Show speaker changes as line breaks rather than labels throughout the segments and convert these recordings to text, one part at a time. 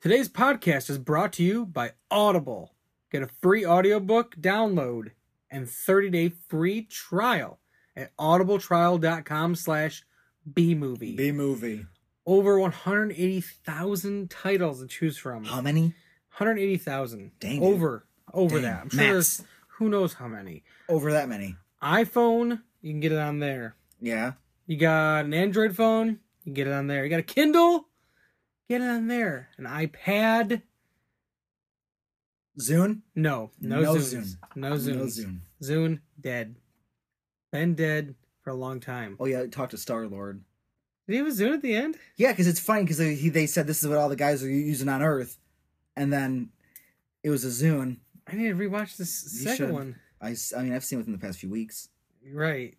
Today's podcast is brought to you by Audible. Get a free audiobook download and 30-day free trial at audibletrial.com slash bmovie.
B movie.
Over 180,000 titles to choose from.
How many?
180,000.
Dang, dude.
Over. Over
Dang,
that. I'm sure
maths.
there's who knows how many.
Over that many.
iPhone, you can get it on there.
Yeah.
You got an Android phone, you can get it on there. You got a Kindle, get it on there. An iPad,
Zune?
No, no,
No
Zunes.
Zune.
No Zunes.
No
Zune.
Zune.
dead. Been dead for a long time.
Oh, yeah. Talk to Star Lord.
Did he have a Zune at the end?
Yeah, because it's funny because they, he- they said this is what all the guys are u- using on Earth. And then it was a Zune.
I need to rewatch this
You
second
should.
one.
I, s- I mean, I've seen within the past few weeks,
Right.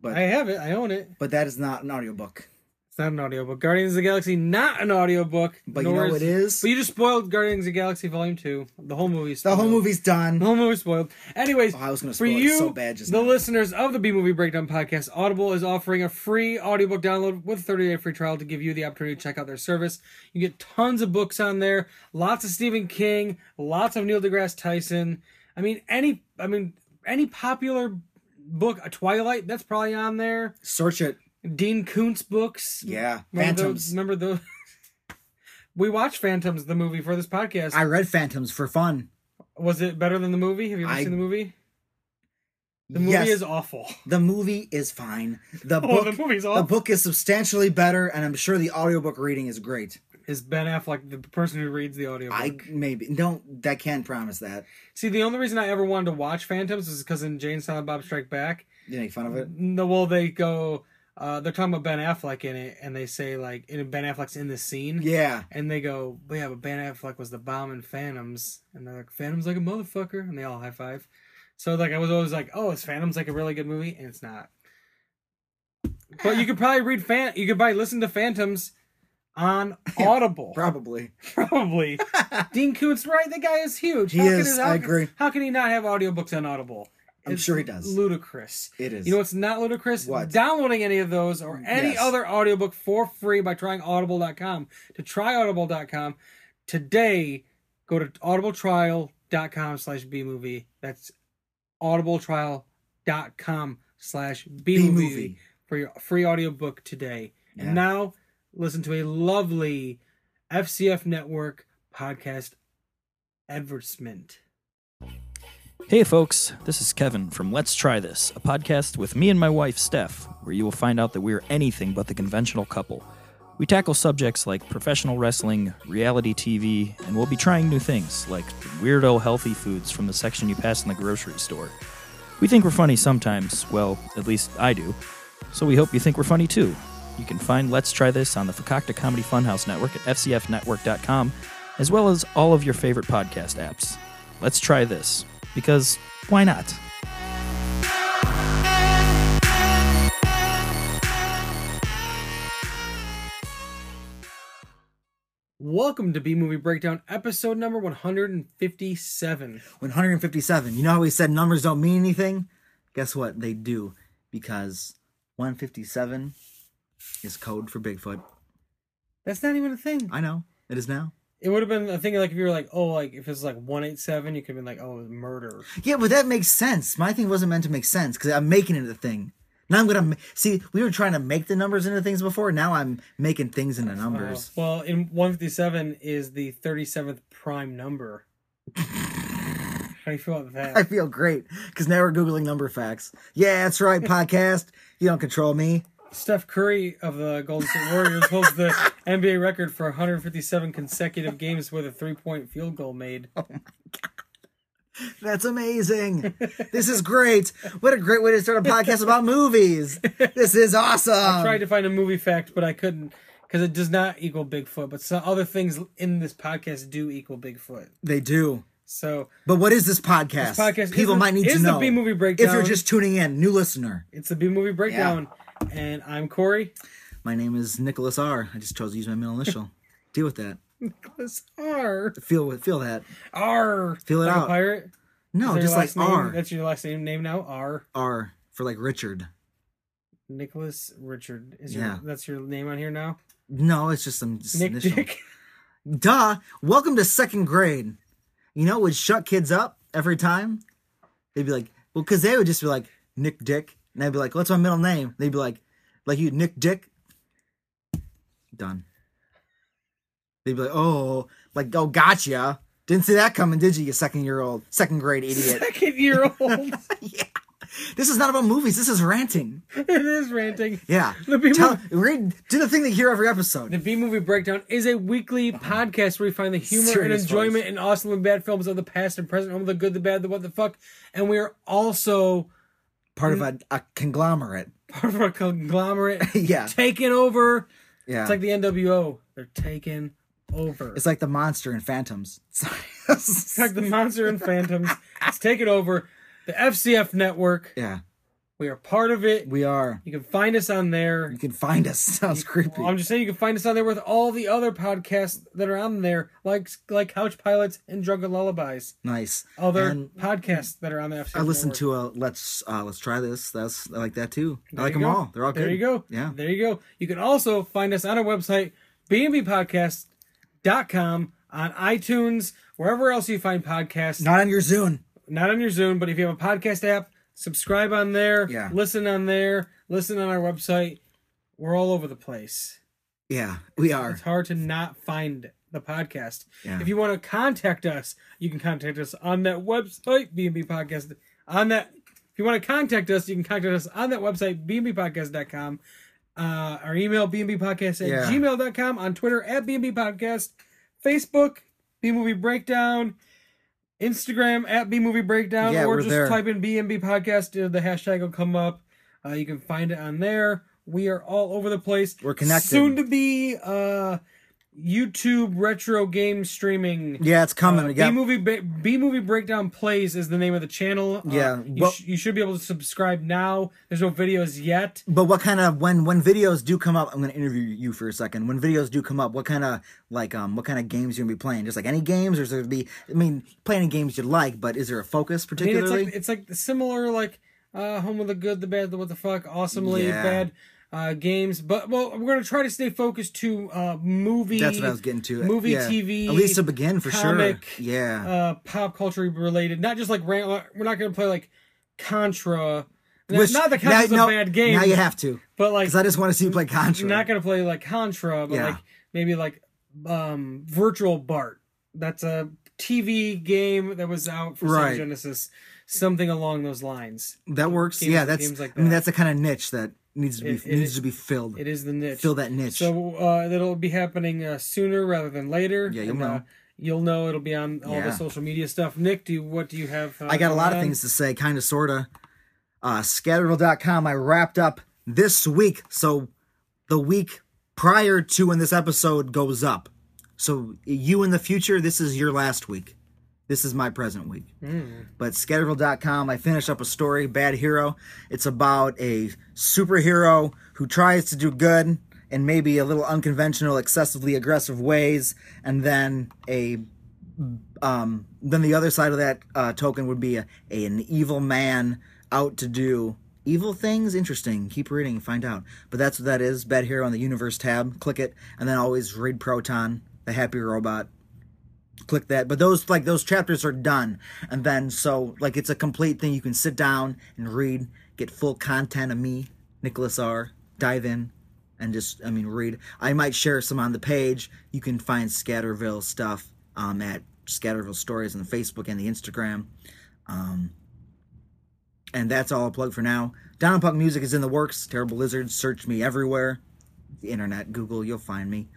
but
I have it. I own it.
but that is not an audiobook.
It's not an audiobook. Guardians of the Galaxy, not an audiobook.
But
nor
you know it is?
But you just spoiled Guardians of the Galaxy Volume 2. The whole movie.
The
spoiled.
whole movie's done.
The whole movie spoiled. Anyways,
Oh, I was going to
For
spoil it
you,
so bad just
the
now.
listeners of the B Movie Breakdown podcast, Audible is offering a free audiobook download with 30 day free trial to give you the opportunity to check out their service. You get tons of books on there, lots of Stephen King, lots of Neil deGrasse Tyson. I mean, any, I mean, any popular book, a Twilight, that's probably on there.
Search it.
Dean Koontz books.
Yeah.
Remember
Phantoms.
Those, remember those? we watched Phantoms, the movie, for this podcast.
I read Phantoms for fun.
Was it better than the movie? Have you ever
I-
seen the movie? The movie
yes,
is awful.
the movie is fine. The
Oh,
book,
the movie's
the
awful.
book is substantially better, and I'm sure the audiobook reading is great.
is Ben Affleck the person who reads the audiobook?
I maybe no, that can't promise that.
See, the only reason I ever wanted to watch Phantoms is because in Jane Silent Bob Strike Back,
You make fun of it.
no, well, they go, uh, they're talking about Ben Affleck in it, and they say like, and Ben Affleck's in this scene,
Yeah,
and they go, "Well, yeah, but Ben Affleck was the bomb in Phantoms, and they're like, Phantoms like a motherfucker, and they all high five. So like, I was always like, oh, is Phantoms like a really good movie, and it's not. But you could probably read fan, you could probably listen to Phantoms on Audible.
probably.
Probably. Dean Koontz, right? The guy is huge.
He is,
his-
I agree.
How can he not have audiobooks on Audible?
I'm sure he does.
Ludicrous.
It is.
You know what's not ludicrous?
What?
Downloading any of those or any
Yes.
other audiobook for free by trying audible.com. To try audible.com today, go to audibletrial.com slash bmovie. That's audibletrial.com slash bmovie
B-movie.
for your free audiobook today.
Yeah.
And now listen to a lovely FCF Network podcast advertisement.
Hey, folks, this is Kevin from Let's Try This, a podcast with me and my wife, Steph, where you will find out that we are anything but the conventional couple. We tackle subjects like professional wrestling, reality TV, and we'll be trying new things like weirdo healthy foods from the section you pass in the grocery store. We think we're funny sometimes, well, at least I do, so we hope you think we're funny too. You can find Let's Try This on the Fakakta Comedy Funhouse Network at fcfnetwork.com, as well as all of your favorite podcast apps. Let's try this, because why not?
Welcome to B Movie Breakdown, episode number 157.
157. You know how we said numbers don't mean anything? Guess what? They do because 157 is code for Bigfoot.
That's not even a thing.
I know it is now.
It would have been a thing like if you were like, oh, like if it's like 187, you could have been like, oh, murder.
Yeah, but that makes sense. My thing wasn't meant to make sense because I'm making it a thing. Now I'm gonna ma- see. We were trying to make the numbers into things before. Now I'm making things into numbers.
Uh, Well, in 157 is the 37th prime number. How do you feel about
I
that?
feel great because now we're googling number facts. Yeah, that's right. Podcast. You don't control me.
Steph Curry of the Golden State Warriors holds the NBA record for 157 consecutive games with a three point field goal made.
Oh. That's amazing. This is great. What a great way to start a podcast about movies. This is awesome.
I tried to find a movie fact, but I couldn't because it does not equal Bigfoot. But some other things in this podcast do equal Bigfoot.
They do.
So
But what is this podcast?
This podcast
People
is-
might need
is
to
the
know.
B-movie
If
breakdown.
you're just tuning in, new listener.
it's a B movie breakdown, and I'm Corey.
My name is Nicholas R. I just chose to use my middle initial. Deal with that.
Nicholas R.
Feel with- feel that.
R.
Feel it
like A
out.
pirate. Is
No,
that your
just like
last name?
R.
That's your last name name now. R.
R for like Richard.
Nicholas Richard. Is
Yeah.
your that's your name on here now?
No, it's just some just
Nick
initial.
Dick.
Duh. Welcome to second grade. You know, what would shut kids up every time. They'd be like, well, because they would just be like Nick Dick, and I'd be like, what's my middle name? They'd be like, like you Nick Dick. Done. They'd be like, oh, like oh, gotcha. Didn't see that coming, did you? You second year old, second grade idiot.
Second year old.
yeah. This is not about movies. This is ranting.
it is ranting.
Yeah.
The B
Tell,
movie,
read, do the thing that you hear every episode.
the B movie breakdown is a weekly podcast where we find the humor and
Uh-huh. Serious
enjoyment in awesome and bad films of the past and present, home of the good, the bad, the what the fuck, and we are also
part of a, a conglomerate.
part of a conglomerate
yeah,
taking over.
yeah.
It's like the NWO. They're taking over. It's
the monster in Phantoms.
like the Monster and Phantoms. It's taking over the FCF network.
yeah,
We are part of it.
we are.
You can find us on there.
You can find us. Sounds creepy.
Well, I'm just saying you can find us on there with all the other podcasts that are on there, like like Couch Pilots and Drunken Lullabies,
nice.
other
And
podcasts that are on the FCF.
I listened
network.
to a let's uh let's try this. That's I like that too. I like
you
them
go.
all. They're all good.
There you go.
Yeah.
There you go. You can also find us on our website, bnbpodcast.com, on iTunes, wherever else you find podcasts.
Not on your Zune.
Not on your Zoom, but if you have a podcast app, subscribe on there.
Yeah.
Listen on there. Listen on our website. We're all over the place.
Yeah, we are.
It's hard to not find the podcast.
Yeah.
If you want to contact us, you can contact us on that website, B&B Podcast. On that, if you want to contact us, you can contact us on that website, bnbpodcast.com. Uh, our email, bnbpodcast at
Yeah.
gmail.com. On Twitter, at bnbpodcast. Facebook, B-Movie Breakdown. Instagram, at B-Movie Breakdown.
Yeah,
or
we're
just
there.
type in B&B Podcast. uh, The hashtag will come up. Uh, you can find it on there. We are all over the place.
We're connected.
Soon to be uh, YouTube retro game streaming.
Yeah, it's coming.
Uh,
we
B
got,
movie ba- B movie breakdown plays is the name of the channel. Uh,
Yeah,
you,
well-
sh- you should be able to subscribe now. There's no videos yet.
but what kind of when when videos do come up? I'm gonna interview you for a second. When videos do come up, what kind of like um what kind of games you gonna be playing? Just like any games, or is there gonna be? I mean, play any games you like, but is there a
I
focus
mean,
particularly?
it's like it's like the similar like uh, home of the good, the bad, the what the fuck, awesomely
Yeah.
bad uh, games. But well, we're gonna try to stay focused to uh, movie.
That's what I was getting to. Uh,
Movie,
Yeah.
TV,
At least to begin for
comic,
sure. Yeah.
uh, pop culture related, not just like ran- we're not going to play like Contra. Not-
Which-
not that Contra's
now-
a
no,
bad game,
Now you have to,
but like
because I just want to see you play Contra.
you're not going to play like Contra, but
Yeah.
like maybe like um, Virtual Bart. That's a TV game that was out for Sega
Right.
Genesis, something along those lines.
that works.
games-
yeah, that's.
games like
I mean,
that.
that's the kind of niche that needs to be
It- it
needs
is-
to be filled.
It is the niche.
Fill that niche.
So uh, that'll be happening uh, sooner rather than later.
Yeah, you'll
And, uh,
know.
you'll know it'll be on all
Yeah.
the social media stuff. Nick, do you, what do you have? Uh,
I got a lot of
going on?
things to say, kind of, sorta. Uh, Scatterville.com. I wrapped up this week, so the week prior to when this episode goes up. So you in the future, this is your last week. This is my present week. But Scatterville.com, I finished up a story, Bad Hero. It's about a superhero who tries to do good in maybe a little unconventional, excessively aggressive ways, and then a um, then the other side of that uh, token would be a, a- an evil man out to do evil things. Interesting. Keep reading, find out. But that's what that is. Bet here on the universe tab. Click it, and then always read Proton, the happy robot. Click that. But those like those chapters are done, and then so like it's a complete thing. You can sit down and read, get full content of me, Nicholas R. Dive in. And just, I mean, read. I might share some on the page. You can find Scatterville stuff um, at Scatterville Stories on the Facebook and the Instagram. Um, and that's all I'll plug for now. Down on Puck Music is in the works. Terrible Lizards, search me everywhere. The internet, Google, you'll find me.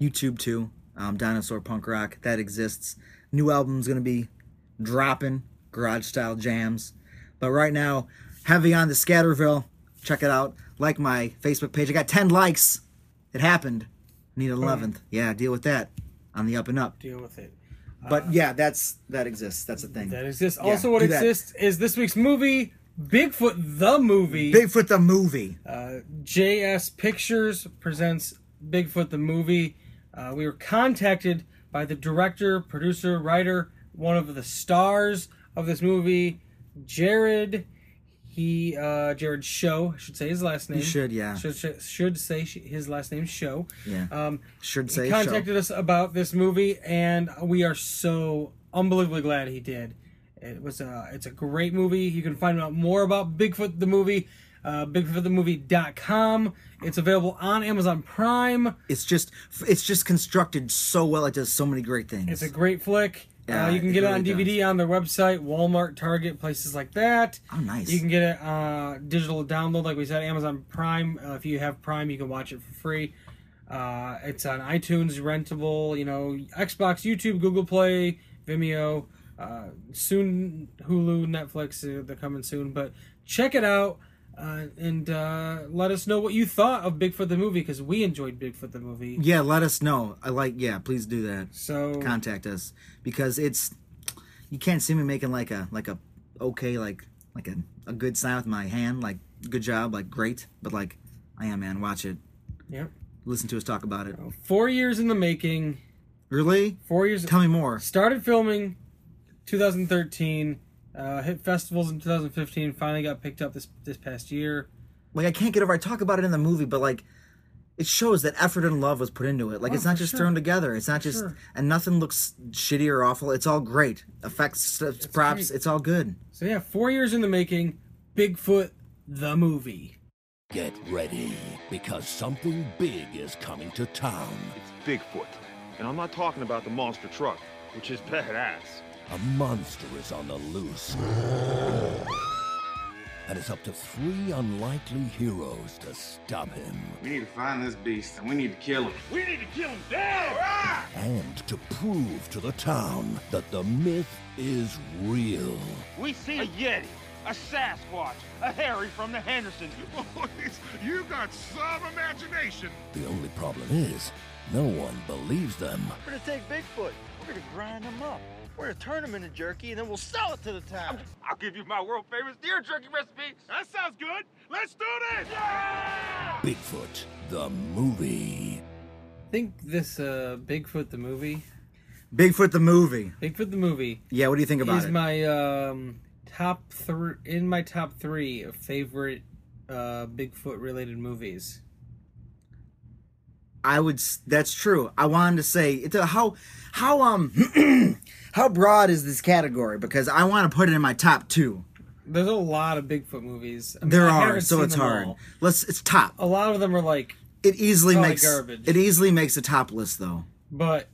YouTube too. Um, Dinosaur Punk Rock, that exists. New album's gonna be dropping, garage style jams. But right now, heavy on the Scatterville. Check it out. Like my Facebook page. I got 10 likes. It happened. Need
Hmm.
11th. Yeah, deal with that. On the up and up.
Deal with it.
But yeah, that's that exists. That's a thing.
Uh, That exists. Also, what
do that.
exists is this week's movie, Bigfoot the Movie.
Bigfoot the movie.
uh, JS Pictures presents Bigfoot the Movie. Uh, we were contacted by the director, producer, writer, one of the stars of this movie, Jared. He, uh, Jared Show, I should say his last name.
You should, yeah.
Should, should, should say sh- his last name, Show.
Yeah.
Um,
Should
he
say show.
contacted us about this movie, and we are so unbelievably glad he did. It was a, it's a great movie. You can find out more about Bigfoot the movie, uh, BigfootTheMovie.com. It's available on Amazon Prime.
It's just it's just constructed so well. It does so many great things.
It's a great flick.
Yeah,
uh, you can
it
get it,
really
on DVD on their website, Walmart, Target, places like that.
oh, nice.
You can get it uh, digital download, like we said, Amazon Prime. Uh, if you have Prime, you can watch it for free. Uh, it's on iTunes, rentable, you know, Xbox, YouTube, Google Play, Vimeo, uh, soon Hulu, Netflix. uh, They're coming soon, but check it out. Uh, and uh, let us know what you thought of Bigfoot the movie because we enjoyed Bigfoot the movie.
yeah, let us know. I like. Yeah, please do that.
So
Contact us because it's you can't see me making like a like a okay like like a, a good sign with my hand like good job like great but like I am man watch it
Yep.
listen to us talk about it
Four years in the making.
really
Four years.
tell me more
Started filming 2013. Uh, hit festivals in 2015. Finally got picked up this this past year.
like I can't get over. I talk about it in the movie, but like it shows that effort and love was put into it. Like it's
Oh,
not
for
just
sure.
thrown together. It's not just
sure.
and nothing looks shitty or awful. It's all great effects, it's props.
great.
It's all good.
So yeah, four years in the making. Bigfoot the movie.
Get ready, because something big is coming to town.
It's Bigfoot. And I'm not talking about the monster truck, which is badass.
A monster is on the loose. And it's up to three unlikely heroes to stop him
We need to find this beast and we need to kill him.
We need to kill him down!
and to prove to the town that the myth is real.
We see a Yeti, a Sasquatch, a Harry from the Hendersons.
Boys, you got some imagination.
The only problem is, no one believes them.
We're gonna take Bigfoot. We're gonna grind him up. We're gonna turn him into jerky, and then we'll sell it to the town.
I'll give you my world famous deer jerky recipe. That sounds good. Let's do this!
Bigfoot, the movie.
I think this uh, Bigfoot the movie.
Bigfoot the movie.
Bigfoot the movie
Yeah, what do you think about
is
it?
my um, top three in my top three of favorite uh, Bigfoot related movies.
I would. s- That's true. I wanted to say it's a, how how um how broad is this category because I want to put it in my top two.
There's a lot of Bigfoot movies. I mean,
There
I
are
haven't
so
seen
it's
them
hard.
all.
Let's. It's top.
A lot of them are like
It easily
Probably
makes
garbage.
it easily makes a top list though.
but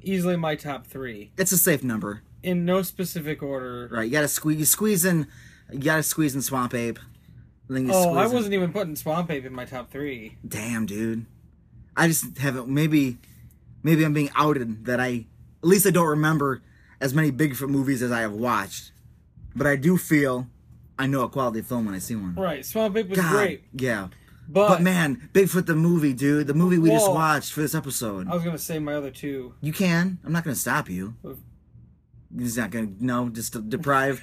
easily my top three
It's a safe number.
in no specific order.
Right, you gotta squeeze, you squeeze in, you gotta squeeze in Swamp Ape. And then you
Oh,
squeeze
I
in-
wasn't even putting Swamp Ape in my top three.
Damn, dude. I just haven't. Maybe, maybe I'm being outed that I, at least I don't remember as many Bigfoot movies as I have watched. But I do feel I know a quality film when I see one.
Right, Swamp Ape was
God,
great,
yeah.
but,
But man, Bigfoot the movie, dude, the movie we just
Whoa.
watched for this episode.
I was gonna say my other two.
You can. I'm not gonna stop you.
Okay.
He's not gonna. No, just to deprive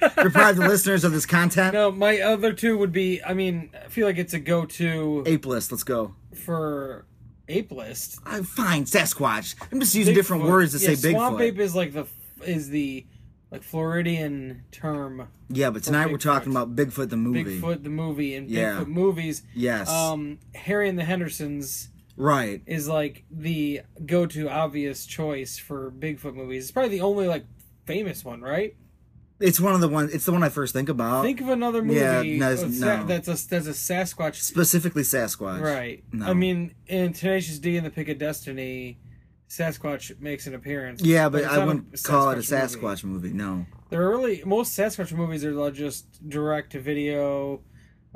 deprive the listeners of this content.
No, my other two would be. I mean, I feel like it's a go-to
Ape list. Let's go.
for ape list.
I'm fine, Sasquatch. I'm just using different
Bigfoot-
words to
yeah,
say Bigfoot.
Swamp Ape is like the is the like Floridian term.
yeah, but tonight we're
Bigfoot.
talking about Bigfoot the movie.
Bigfoot the movie and
Yeah.
Bigfoot movies.
Yes.
Um, Harry and the Hendersons.
right.
is like the go-to obvious choice for Bigfoot movies. It's probably the only like famous one, right?
It's one of the ones. It's the one I first think about.
Think of another movie
Uh, yeah, no, it's-
with Sa-
no.
that's a that's a Sasquatch,
specifically Sasquatch.
right?
No.
I mean, in Tenacious D and The Pick of Destiny, Sasquatch makes an appearance.
Yeah, but
it's
I
not a
wouldn't call it a
Sasquatch movie.
Sasquatch movie. No.
There are really most Sasquatch movies are like just direct to video.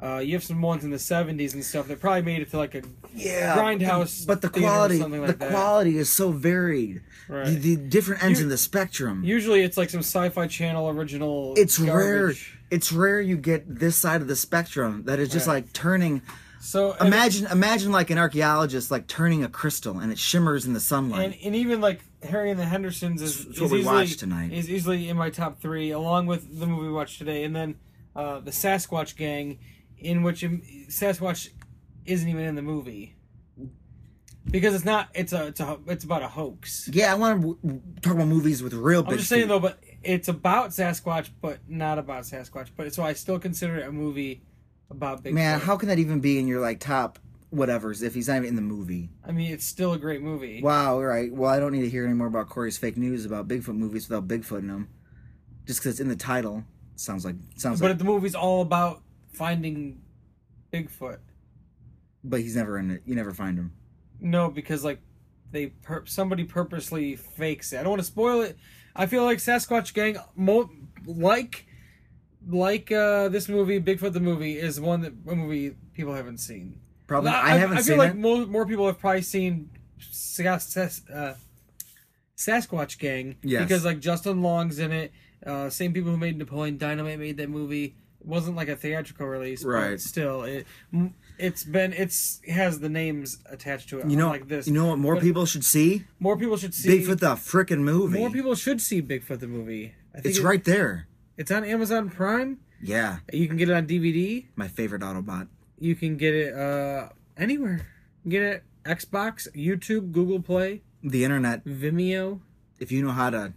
Uh, you have some ones in the '70s and stuff that probably made it to like a
Yeah.
Grindhouse
But the
theater or
quality,
something
the
like that.
quality is so varied.
Right.
The, the different ends
You-
in the spectrum.
Usually, it's like some Sci-Fi Channel original.
it's rare.
garbage.
It's rare you get this side of the spectrum that is just
Right.
like turning.
So and-
Imagine, imagine like an archaeologist like turning a crystal and it shimmers in the sunlight.
and and even like Harry and the Hendersons is,
That's
is
what we
easily
watched tonight.
is easily in my top three, along with the movie we watched today, and then uh, the Sasquatch Gang, in which um, Sasquatch isn't even in the movie because it's not it's a it's a ho- it's about a hoax.
Yeah, I want to w- talk about movies with real.
I'm
big
just saying
feet.
though, but it's about Sasquatch, but not about Sasquatch. But so I still consider it a movie about Bigfoot.
Man, how can that even be in your like top whatever's if he's not even in the movie?
I mean, it's still a great movie.
Wow. All right. Well, I don't need to hear any more about Corey's fake news about Bigfoot movies without Bigfoot in them. Just because it's in the title sounds like sounds
but
like,
the movie's all about finding Bigfoot.
but he's never in it. You never find him.
No, because like they pur- somebody purposely fakes it. I don't want to spoil it. I feel like Sasquatch Gang, mo- like like uh, this movie, Bigfoot the movie, is one that a movie people haven't seen.
Probably.
Well,
Um, I, haven't
I feel
seen
like
it.
More, more people have probably seen Sas, Sas, uh, Sasquatch Gang
Yes.
because like Justin Long's in it. Uh, same people who made Napoleon Dynamite made that movie. It wasn't like a theatrical release,
Right.
But still, it m- it's been it's it has the names attached to it.
you know
like this.
You know what? More
But
people should see
More people should see
Bigfoot the frickin' movie.
More people should see Bigfoot the movie. I think
It's
it-
right there.
It's on Amazon Prime.
Yeah,
You can get it on DVD.
my favorite Autobot.
You can get it uh anywhere. You can get it Xbox, YouTube, Google Play.
The internet.
Vimeo.
If you know how to,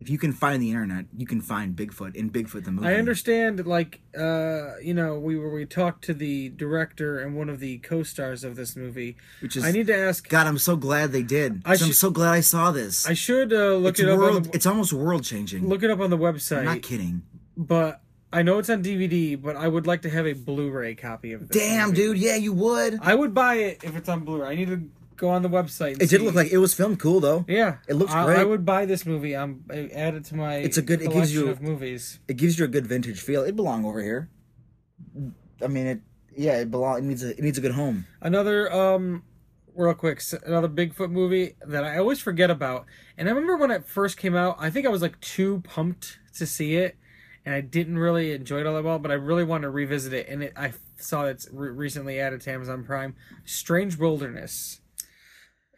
if you can find the internet, you can find Bigfoot in Bigfoot the movie.
I understand, like, uh, you know, we were we talked to the director and one of the co-stars of this movie.
Which is
I need to ask.
God, I'm so glad they did.
I
So I'm
should-
so glad I saw this.
I should uh, look
it's
it up.
world.
on the,
it's almost world changing.
look it up on the website.
I'm not kidding.
but I know it's on DVD. But I would like to have a Blu-ray copy of this.
Damn,
movie.
dude. Yeah, you would.
I would buy it if it's on Blu-ray. I need to go on the website. and
It did
see.
look like it was filmed cool though.
Yeah,
It looks
I,
great.
I would buy this movie. I'm I add it to my.
It's a good- it gives
collection
you-
of movies.
It gives you a good vintage feel. It belong over here. I mean, it. Yeah, it belong. It needs a. It needs a good home.
Another um real quick, s- another Bigfoot movie that I always forget about. And I remember when it first came out, I think I was like too pumped to see it and I didn't really enjoy it all that well, but I really want to revisit it and it I saw it's re- recently added to Amazon Prime, Strange Wilderness.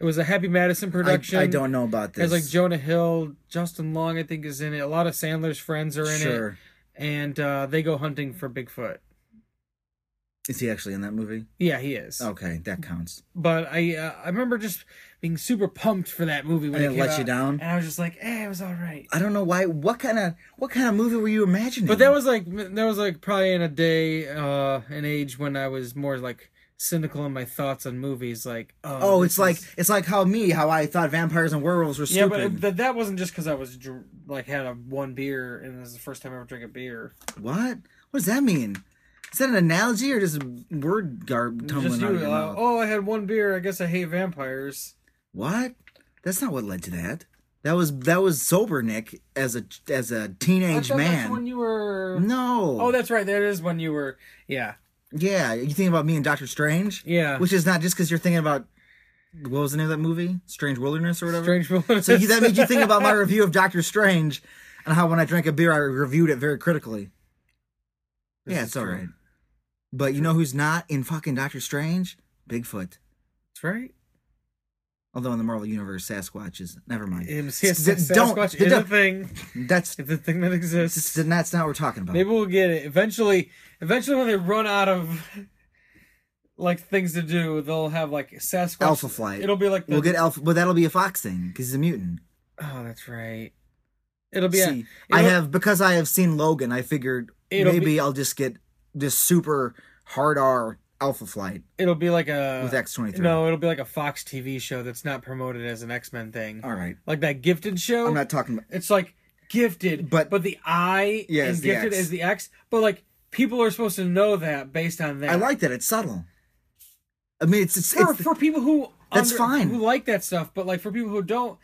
It was a Happy Madison
I,
production.
I don't know about
It has
this.
like Jonah Hill, Justin Long, I think, is in it. A lot of Sandler's friends are in
sure.
it, and uh, they go hunting for Bigfoot.
Is he actually in that movie?
Yeah, he is.
Okay, that counts.
but I uh, I remember just being super pumped for that movie when
And it
came
let you
out.
down?
and I was just like, eh, it was all right.
I don't know why. What kind of what kind of movie were you imagining?
But that was like that was like probably in a day, uh, an age when I was more like cynical in my thoughts on movies. Like, oh,
Oh,
this
it's like
is-
it's like how me how I thought vampires and werewolves were
yeah,
stupid.
but it, th- that wasn't just because I was dr- like had a one beer and this is the first time I ever drank a beer.
what? What does that mean? Is that an analogy or just word garb tumbling
Just
out of
you,
your
uh,
mouth?
oh, I had one beer. I guess I hate vampires.
What? That's not what led to that. That was that was sober Nick as a as a teenage
I thought That's
man.
when you were.
no.
Oh, that's right. That is when you were. Yeah.
yeah. You think about me and Doctor Strange.
Yeah.
Which is not just because you're thinking about what was the name of that movie? Strange Wilderness or whatever.
Strange Wilderness.
So you, that made you think about my review of Doctor Strange and how when I drank a beer, I reviewed it very critically.
This
yeah,
is
it's all
true.
right. But you know who's not in fucking Doctor Strange? Bigfoot.
That's right.
Although in the Marvel Universe, Sasquatch is. Never mind.
Yes,
S- d- don't-
Sasquatch
d-
is a
don't-
thing.
That's
It's a thing that
that's,
exists.
that's not what we're talking about.
Maybe we'll get it eventually. Eventually, when they run out of like things to do, they'll have like Sasquatch
Alpha Flight.
It'll be like the,
We'll get Alpha, but that'll be a fox thing because he's a mutant.
Oh, that's right. It'll be.
See,
a-
I
it'll-
have because I have seen Logan. I figured
It'll
maybe
be-
I'll just get this super hard R Alpha Flight
It'll be like a
with X twenty three.
Uh, No, it'll be like a Fox TV show that's not promoted as an X Men thing,
all right.
like that Gifted show.
I'm not talking about.
It's like gifted, but
But-
but the I
Yeah,
and
it's the
gifted
X.
is the X. But like people are supposed to know that based on that.
I like that. It's subtle. I mean, it's it's,
for
it's
for people who
That's fine.
who like that stuff, but like for people who don't,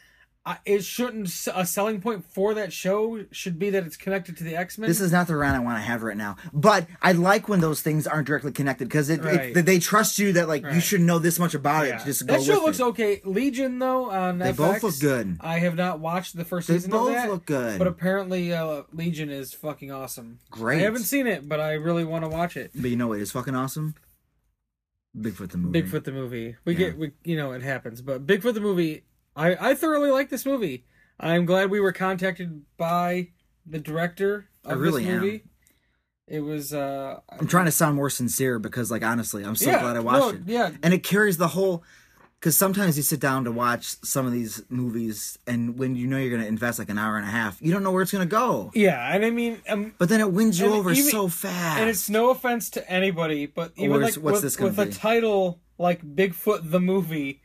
I, it shouldn't. s- A selling point for that show should be that it's connected to the X Men.
this is not the round I want to have right now. But I like when those things aren't directly connected because it,
Right.
it they trust you that like you
Right.
should know this much about it. to Just go
that show looks
with it.
okay. Legion though on
They both
FX,
look good.
I have not watched the first
They
season of
both
that,
look good.
but apparently uh, Legion is fucking awesome.
Great.
I haven't seen it, but I really want to watch it.
But you know what is fucking awesome? Bigfoot the movie.
Bigfoot the movie. We
Yeah.
get we you know it happens, but Bigfoot the movie. I I thoroughly like this movie. I'm glad we were contacted by the director of
I really
this
am.
movie. It was uh
I'm trying to sound more sincere because like honestly, I'm so
Yeah,
glad I watched
no,
it.
yeah.
And it carries the whole because sometimes you sit down to watch some of these movies, and when you know you're going to invest like an hour and a half, you don't know where it's going to go.
Yeah, and I mean, um,
But then it wins you
And
over
even-
so fast.
and it's no offense to anybody, but even
Where's-
like
what's
with,
this gonna
with a
be?
title like Bigfoot the movie,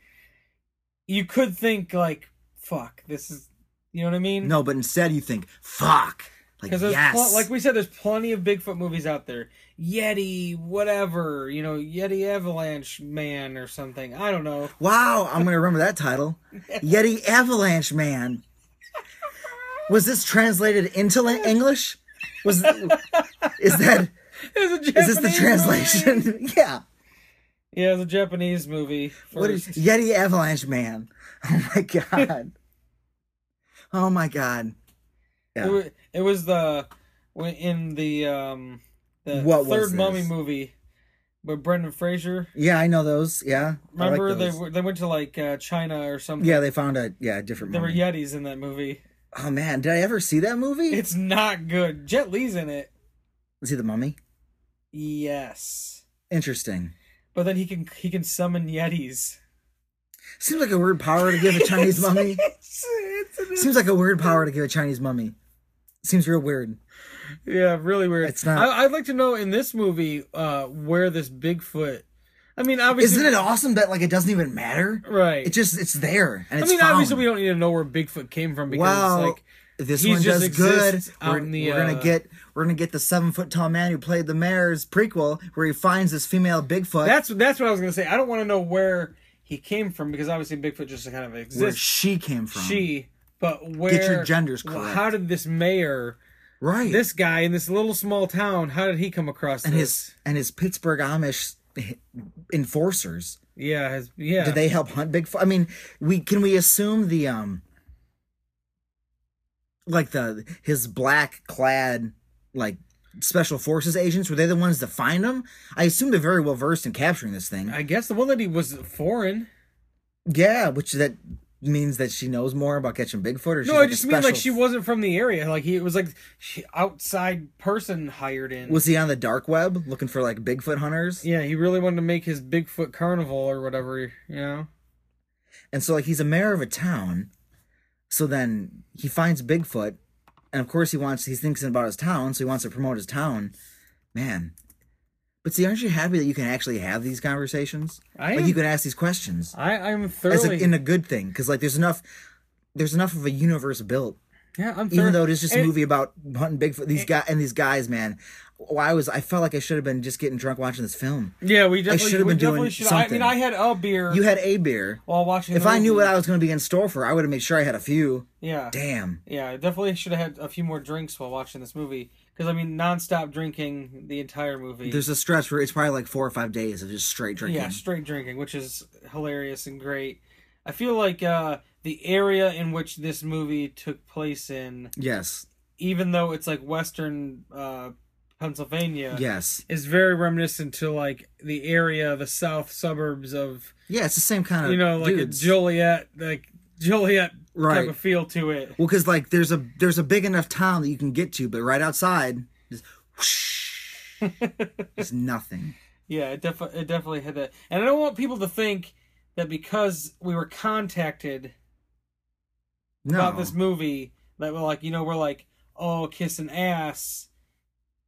you could think like, "Fuck, this is," you know what I mean?
no, but instead you think, "Fuck!" Like
Because there's
yes,
pl- like we said, there's plenty of Bigfoot movies out there. Yeti, whatever, you know, Yeti Avalanche Man or something. I don't know.
wow, I'm going to remember that title, Yeti Avalanche Man. Was this translated into la- English? Was is that
It's a
is this the
Japanese movie.
translation? yeah.
Yeah, it's a Japanese movie.
What is
first.
Yeti Avalanche Man? Oh my god. oh my god. Yeah.
It, wa- it was the when in the um the
What was
third Mummy
this?
movie with Brendan Fraser.
Yeah, I know those. Yeah. I like
Remember they
those.
were- they went to like uh, China or something.
Yeah, they found a yeah, a different
There were
movie.
Yetis in that movie.
Oh man, did I ever see that movie?
It's not good. Jet Li's in it.
Is he the mummy?
Yes.
Interesting.
But then he can he can summon Yetis.
Seems like a weird power to give a Chinese mummy.
It's- it's an-
Seems like a weird power to give a Chinese mummy. Seems real weird.
yeah, really weird.
It's not-
I, I'd like to know in this movie uh, where this Bigfoot. I mean, obviously,
Isn't it awesome that like it doesn't even matter?
right?
It just it's there and
I
it's
mean,
found.
obviously, we don't need to know where Bigfoot came from because
Wow.
like
this
he
one
just
does good.
exists out
We're,
in the,
we're gonna
uh,
get we're gonna get the seven foot tall man who played the mayor's prequel where he finds this female Bigfoot
that's that's what I was gonna say. I don't want to know where he came from because obviously Bigfoot just kind of
where
exists.
she came from.
She, but where?
your genders
well,
correct.
How did this mayor,
right.
this guy in this little small town, how did he come across
and his
this?
and his Pittsburgh Amish enforcers.
yeah, his yeah.
Did they help hunt Bigfoot? I mean, we can we assume the um like the his black clad like special forces agents were they the ones that find him? I assume they're very well versed in capturing this thing.
I guess the one lady was foreign.
yeah, which that means that she knows more about catching Bigfoot or she's
No, I
like a
just mean like
special-
she wasn't from the area. Like he it was like she, outside person hired in.
was he on the dark web looking for like Bigfoot hunters?
yeah, he really wanted to make his Bigfoot carnival or whatever, you know.
And so like he's a mayor of a town. So then he finds Bigfoot, and of course he wants he's thinking about his town, so he wants to promote his town. Man. But see, aren't you happy that you can actually have these conversations?
I
like
am-
you can ask these questions.
I I'm
As
thoroughly
a, in a good thing, because like there's enough there's enough of a universe built.
yeah I'm
Even
thorough-
though it is just a
and- Eh.
movie about hunting Bigfoot, these guy and these guys, man. Well, I was I felt like I should have been just getting drunk watching this film.
Yeah, we definitely
should have
we
been doing
definitely should. I mean,
something.
I had a beer
You had a beer.
while watching.
If
the
I knew
movie.
what I was going to be in store for, I would have made sure I had a few.
yeah
Damn.
yeah I definitely should have had a few more drinks while watching this movie because I mean nonstop drinking the entire movie.
There's a stretch where it's probably like four or five days of just straight drinking.
yeah, straight drinking, which is hilarious and great. I feel like uh, the area in which this movie took place in
Yes.
even though it's like western uh Pennsylvania
Yes.
is very reminiscent to like the area, the south suburbs of
Yeah, it's the same kind of
you know, like
Uh, dudes.
a Joliet like Joliet
Right.
type of feel to it.
Well, because like there's a there's a big enough town that you can get to, but right outside, just whoosh, just nothing.
Yeah, it, defi- it definitely had that. And I don't want people to think that because we were contacted
No.
about this movie that we're like, you know, we're like, oh, kiss an ass.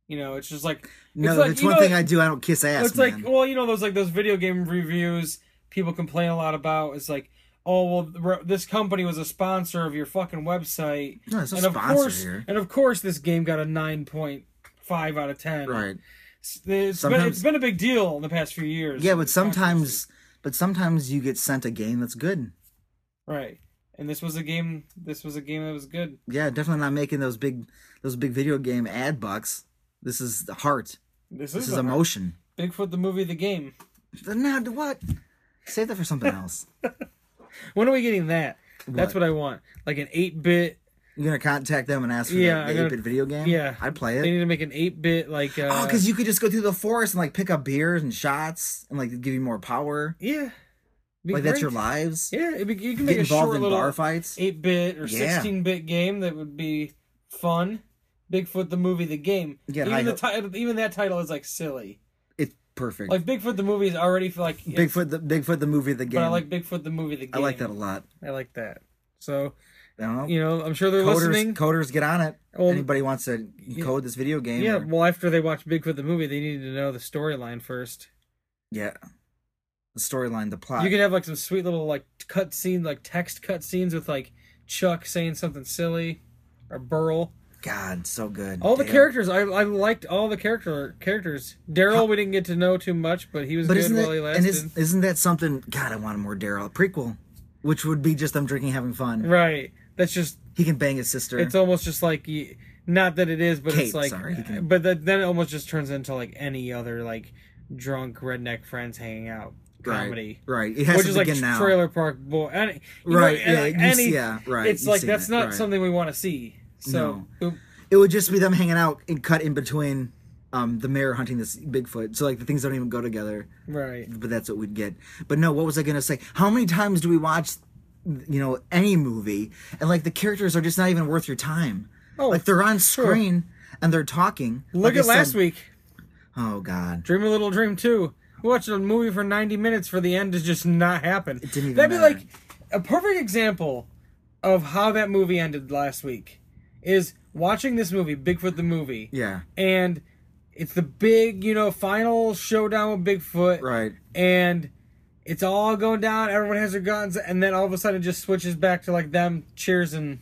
You know, it's just like
no,
it's like,
that's
you
one
know,
thing I do. I don't kiss ass.
it's
man.
like well you know those like those video game reviews people complain a lot about it's like oh well re- this company was a sponsor of your fucking website
No, it's a
and of
sponsor
course
here.
and of course this game got a 9.5 out of 10
right.
it's, it's been,
Sometimes-
it's been a big deal in the past few years
Yeah, but sometimes, but sometimes you get sent a game that's good.
right and this was a game this was a game that was good
Yeah, definitely not making those big those big video game ad bucks. This is the heart.
this,
This
is,
is
a
emotion.
bigfoot the movie the game
No, what? Save that for something else.
when are we getting that that's what i want like an 8-bit
You're gonna contact them and ask for
Yeah,
the,
I
the
gotta-
8-bit video game?
yeah.
I'd play
they
it.
need to make an 8-bit like uh,
Oh, because you could just go through the forest and like pick up beers and shots and like give you more power.
yeah Be
Like that's your
great.
lives.
Yeah, it'd be, you can make a
Get involved
short
in
little
bar fights.
eight bit or
Yeah.
sixteen bit game that would be fun. Bigfoot the movie, the game.
You get high
even the
hope.
title, even that title is like silly.
It perfect.
Like Bigfoot the movie is already like it's-
Bigfoot, the Bigfoot, the movie, the game.
but I like Bigfoot the movie the game.
I like that a lot.
I like that. So
I don't know.
you know, I'm sure they're
coders,
listening.
coders, get on it.
Well,
Anybody wants to code this video game?
yeah.
or-
Well, after they watch Bigfoot the movie, they need to know the storyline first.
yeah. The storyline, the plot.
You can have like some sweet little like cut scene, like text cut scenes with like Chuck saying something silly or Burl.
God, so good.
All the
Damn.
characters, I, I liked all the character characters. Daryl, we didn't get to know too much, but he was
But
good
isn't
while
that,
he
and
lasted.
is, isn't that something? God, I want more Daryl prequel, which would be just them drinking, having fun.
Right. That's just.
He can bang his sister.
It's almost just like, y- not that it is, but
Kate,
it's like,
sorry, he can-
but that, then it almost just turns into like any other like drunk redneck friends hanging out
right.
comedy.
Right. It has
Which
to
is like
begin now.
Trailer Park Boy. Any, you
Right,
Know,
yeah,
any,
you see- yeah, right,
It's
you
like
see
that's
that,
not
right.
something we want to see. So oop,
It would just be them hanging out and cut in between um, the mayor hunting this Bigfoot. So like the things don't even go together.
right.
But that's what we'd get. But no, what was I gonna say? How many times do we watch, you know, any movie and like the characters are just not even worth your time?
Oh,
like they're on
sure.
screen and they're talking.
Look
Like I
at last
said-
week.
Oh God.
Dream a Little Dream 2. We watched a movie for 90 minutes for the end to just not happen. It
didn't even
That'd
matter.
be like a perfect example of how that movie ended last week is watching this movie, Bigfoot the movie.
Yeah.
And it's the big, you know, final showdown with Bigfoot.
Right.
And it's all going down. Everyone has their guns. And then all of a sudden it just switches back to like them cheers and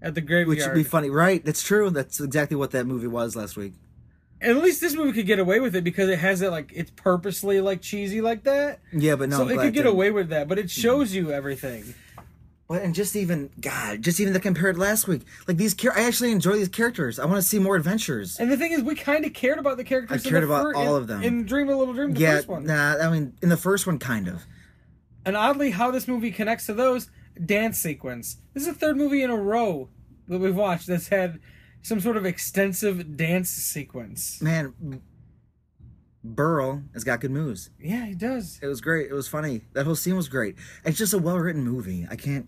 at the graveyard.
Which would be funny, right? That's true. That's exactly what that movie was last week.
At least this movie could get away with it because it has it like it's purposely like cheesy like that.
Yeah, but no.
so
I'm
it
glad Mm-hmm.
could get
didn't.
away with that, but it shows you everything.
But and just even God, just even the compared last week. Like these, char- I actually enjoy these characters. I want to see more adventures.
And the thing is, we kind of cared about the characters.
I
in the
cared about
fir-
all
in-
of them.
in Dream a Little Dream, the
yeah,
first one.
nah. I mean, in the first one, kind of.
And oddly, how this movie connects to those dance sequence. This is the third movie in a row that we've watched that's had some sort of extensive dance sequence.
Man, Burl has got good moves.
Yeah, he does.
It was great. It was funny. That whole scene was great. It's just a well written movie. I can't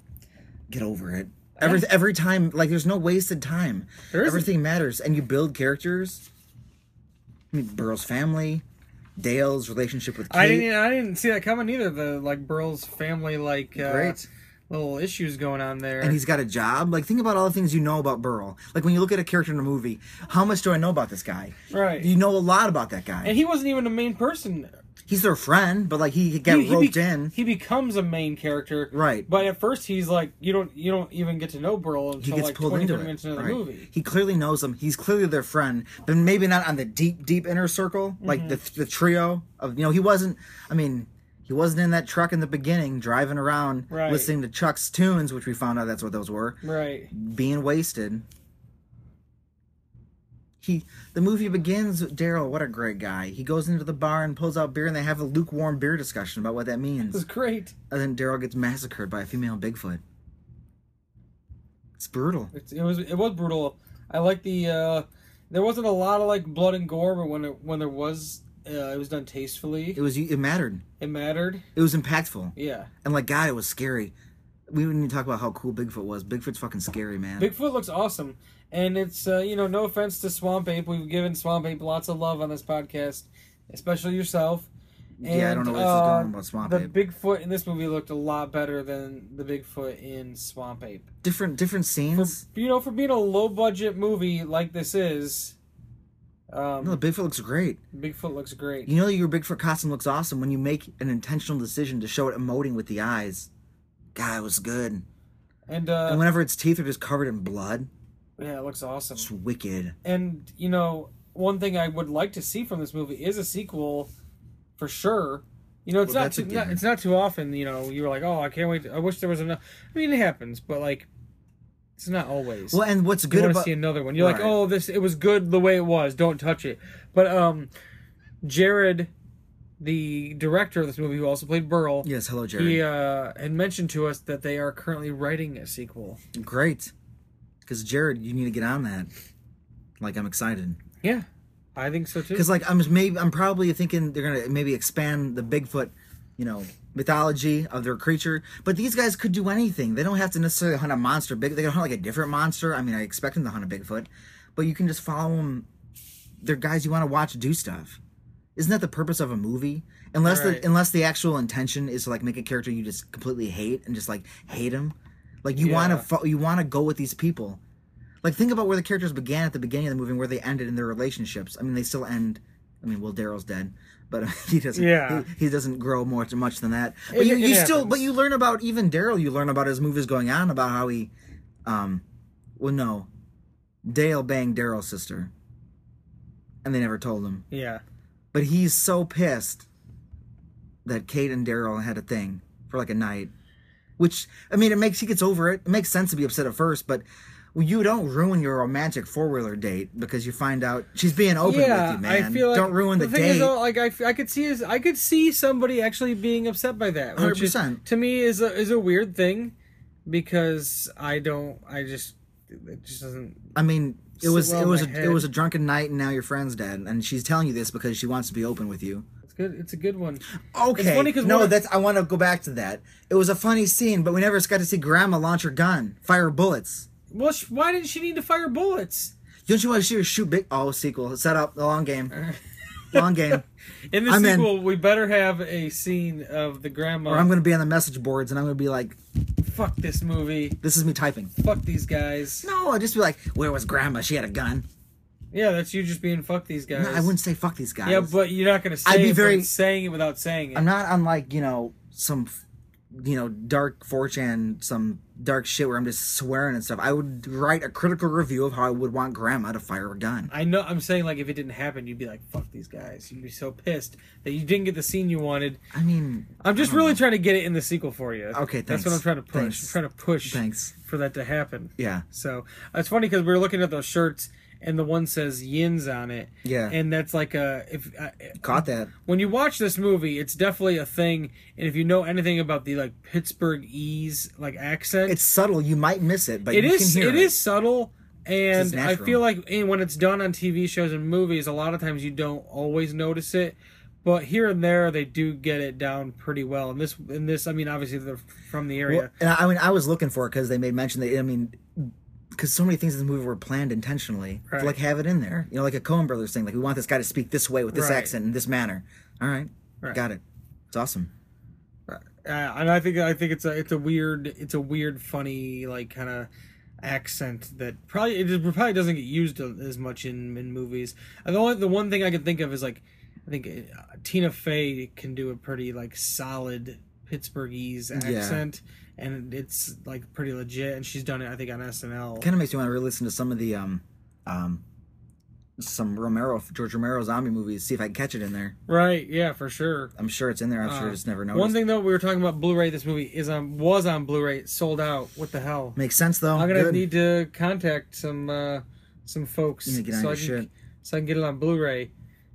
get over it. Every every time, like there's no wasted time.
There isn't.
Everything matters, and you build characters. I mean, Burl's family, Dale's relationship with Kate.
I didn't. e, I didn't see that coming either. The like Burl's family, like uh,
Great.
little issues going on there.
and he's got a job. Like, think about all the things you know about Burl. Like, when you look at a character in a movie, how much do I know about this guy?
Right.
You know a lot about that guy.
and he wasn't even a main person
He's their friend, but like he got
be-
roped in.
He becomes a main character,
Right.
But at first, he's like you don't you don't even get to know Burl
he
until
gets
like
pulled
20
into
30
it.
minutes into the
right.
movie.
He clearly knows them. He's clearly their friend, but maybe not on the deep, deep inner circle, like the
Mm-hmm.
the trio of you know. He wasn't. I mean, he wasn't in that truck in the beginning, driving around,
Right.
listening to Chuck's tunes, which we found out that's what those were,
Right.
being wasted. He the movie begins. with Daryl, what a great guy! He goes into the bar and pulls out beer, and they have a lukewarm beer discussion about what that means
This is great.
and then Daryl gets massacred by a female Bigfoot. It's brutal.
It's, it was it was brutal. I like the uh there wasn't a lot of like blood and gore, but when it when there was, uh, it was done tastefully.
It was it mattered.
It mattered.
It was impactful.
Yeah.
And like God, it was scary. We didn't even talk about how cool Bigfoot was. Bigfoot's fucking scary, man.
Bigfoot looks awesome, and it's uh, you know no offense to Swamp Ape. We've given Swamp Ape lots of love on this podcast, especially yourself. And,
Yeah, I don't know where this is
uh,
going about Swamp
the
Ape.
Bigfoot in this movie looked a lot better than the Bigfoot in Swamp Ape.
different different
For,
scenes.
you know, for being a low budget movie like this is, um,
no, Bigfoot looks great.
Bigfoot looks great.
You know your Bigfoot costume looks awesome when you make an intentional decision to show it emoting with the eyes. God, it was good.
And, uh,
And whenever its teeth are just covered in blood,
yeah, it looks awesome.
it's wicked.
And you know, one thing I would like to see from this movie is a sequel, for sure. You know, it's not
Well, that's a
too, not,
given.
it's not too often. You know, you were like, oh, I can't wait. I wish there was another. I mean, it happens, but like, it's not always.
Well, and what's
you
good
want
about
to see another one. You're like,
Right.
oh, this it was good the way it was. Don't touch it. But um, Jared, the director of this movie, who also played Burl,
yes, hello Jerry.
he uh, had mentioned to us that they are currently writing a sequel.
Great. Because Jared, you need to get on that. Like I'm excited.
Yeah, I think so too.
Because like I'm maybe I'm probably thinking they're gonna maybe expand the Bigfoot, you know, mythology of their creature. But these guys could do anything. They don't have to necessarily hunt a monster. Big they can hunt like a different monster. I mean, I expect them to hunt a Bigfoot, but you can just follow them. They're guys you want to watch do stuff. Isn't that the purpose of a movie? Unless
Right.
the unless the actual intention is to like make a character you just completely hate and just like hate him, like you want to
Yeah.
fo- you want to go with these people. Like think about where the characters began at the beginning of the movie and where they ended in their relationships. I mean, they still end. I mean, well, Daryl's dead, but he doesn't.
Yeah.
he, he doesn't grow more to much than that. But
It-
you,
it
you still,
happens.
but you learn about even Daryl. You learn about his movies going on about how he, um, well, no, Dale banged Daryl's sister, and they never told him.
Yeah.
But he's so pissed that Kate and Daryl had a thing for like a night. Which I mean, it makes he gets over it. It makes sense to be upset at first, but you don't ruin your romantic four wheeler date because you find out she's being open with you, man. don't ruin the,
thing
date.
Is, though, like I, f- I could see is I could see somebody actually being upset by that. which is-
100%.
To me is a is a weird thing because I don't I just it just doesn't
I mean, it
So
was
well
it
in
was
my
a, it
head.
was a drunken night, and now your friend's dead, and she's telling you this because she wants to be open with you.
it's good it's a good one.
Okay.
It's funny 'cause
no,
one of-
that's I want to go back to that. It was a funny scene, but we never got to see Grandma launch her gun, fire bullets.
Well, sh- why did she need to fire bullets?
Don't you want to see her shoot big? Oh, sequel set up the long game, long game.
In the
I'm in.
sequel, we better have a scene of the grandma.
Or I'm going to be on the message boards, and I'm going to be like,
Fuck this movie.
"This is me typing."
Fuck these guys.
No, I'll just be like, "Where was Grandma? She had a gun."
Yeah, that's you just being fuck these guys.
No, I wouldn't say fuck these guys.
Yeah, but you're not gonna say
I'd be
it, but
very-
it's saying it without saying it.
I'm not on like you know some f- you know dark 4chan some dark shit where I'm just swearing and stuff. I would write a critical review of how I would want Grandma to fire a gun.
I know. I'm saying like if it didn't happen, you'd be like, "Fuck these guys." You'd be so pissed that you didn't get the scene you wanted.
I mean,
I'm just really trying to get it in the sequel for you.
Uh-huh. Okay,
That's what I'm
thanks.
trying to push.
Thanks.
I'm trying to push
thanks.
for that to happen.
Yeah.
So it's funny because we were looking at those shirts and the one says Yins on it.
Yeah.
And that's like a if uh,
Caught that.
when you watch this movie, it's definitely a thing. And if you know anything about the like Pittsburgh ease like accent,
It's subtle. You might miss it, but
it
you
is
can hear
it
it.
is subtle
It's
and i
natural.
feel like eh, when it's done on tv shows and movies a lot of times you don't always notice it but here and there they do get it down pretty well and this and this i mean obviously they're from the area
Well, and I, I mean, I was looking for it because they made mention that. I mean, because so many things in the movie were planned intentionally
Right.
to like have it in there. You know, like a Coen Brothers thing. Like we want this guy to speak this way with this
Right.
accent in this manner. All right,
Right.
got it. It's awesome.
uh, and i think i think it's a it's a weird it's a weird funny like kind of accent that probably it just- probably doesn't get used a- as much in in movies and the only the one thing i can think of is like i think uh, tina fey can do a pretty like solid pittsburghese accent and it's like pretty legit and she's done it i think on snl
Kind of makes me want to re-listen to some of the um, um, some Romero, George Romero zombie movies. See if I can catch it in there.
right yeah for sure
I'm sure it's in there. I'm sure I just never noticed.
Uh, one thing though we were talking about blu-ray this movie is on was on blu-ray It's sold out what the hell
makes sense though.
I'm gonna
Oh, Good.
need to contact some uh, some folks
You need to get on
so I
your
can
shit.
so I can get it on Blu-ray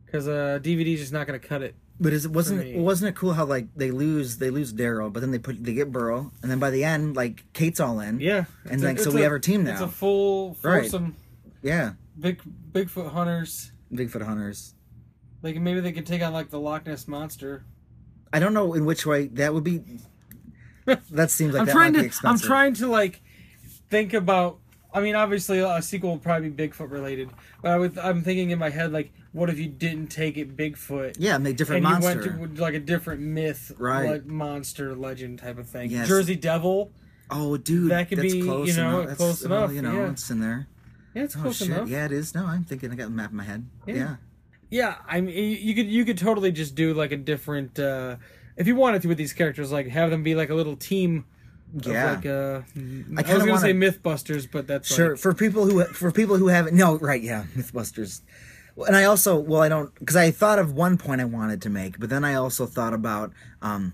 because uh, DVD's just not gonna cut it.
But is, it wasn't
me.
wasn't it cool how like they lose they lose Daryl, but then they put they get Burl, and then by the end like Kate's all in.
Yeah,
And
It's a-
like, so
it's
we
a-
have our team
It's
now.
a full
Right.
foursome.
yeah.
Big Bigfoot hunters.
Bigfoot hunters.
Like maybe they could take on like the Loch Ness monster.
I don't know in which way that would be. That seems like
I'm
that
trying
might
to
be expensive.
I'm trying to like think about. I mean, obviously a sequel will probably be Bigfoot related, but I would, I'm thinking in my head like, what if you didn't take it Bigfoot?
Yeah, make different
and
monster.
you went to like a different myth,
Right.
Like monster legend type of thing.
Yes.
Jersey Devil.
oh, dude,
That could
that's
be,
close
you know,
enough. That's-
close
well,
enough,
You know,
yeah.
it's in there.
Yeah, it's
Oh
close
shit,
enough. Yeah.
yeah, it is. No, I'm thinking I got a map in my head. Yeah,
I mean, you- you could you could totally just do like a different, uh if you wanted to, with these characters, like have them be like a little team. Of
Yeah.
Like, uh, I, was
kinda
gonna
wanna-
say MythBusters, but that's
sure.
Like,
For people who for people who haven't, no, right? Yeah, MythBusters. Well, And I also, well, I don't because I thought of one point I wanted to make, but then I also thought about. um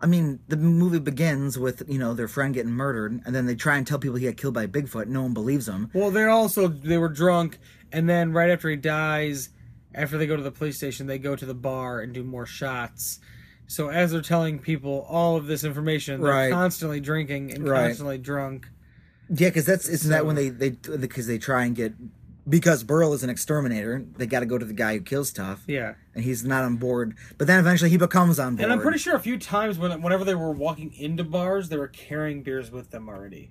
I mean, the movie begins with you know their friend getting murdered, and then they try and tell people he got killed by Bigfoot. No one believes them.
well, they're also they were drunk, and then right after he dies, after they go to the police station, they go to the bar and do more shots. So as they're telling people all of this information, they're
Right.
constantly drinking and
Right.
constantly drunk.
Yeah, because that's isn't that when they they because they try and get because Burl is an exterminator, they got to go to the guy who kills stuff,
Yeah.
and he's not on board. But then eventually he becomes on board.
And I'm pretty sure a few times when whenever they were walking into bars, they were carrying beers with them already.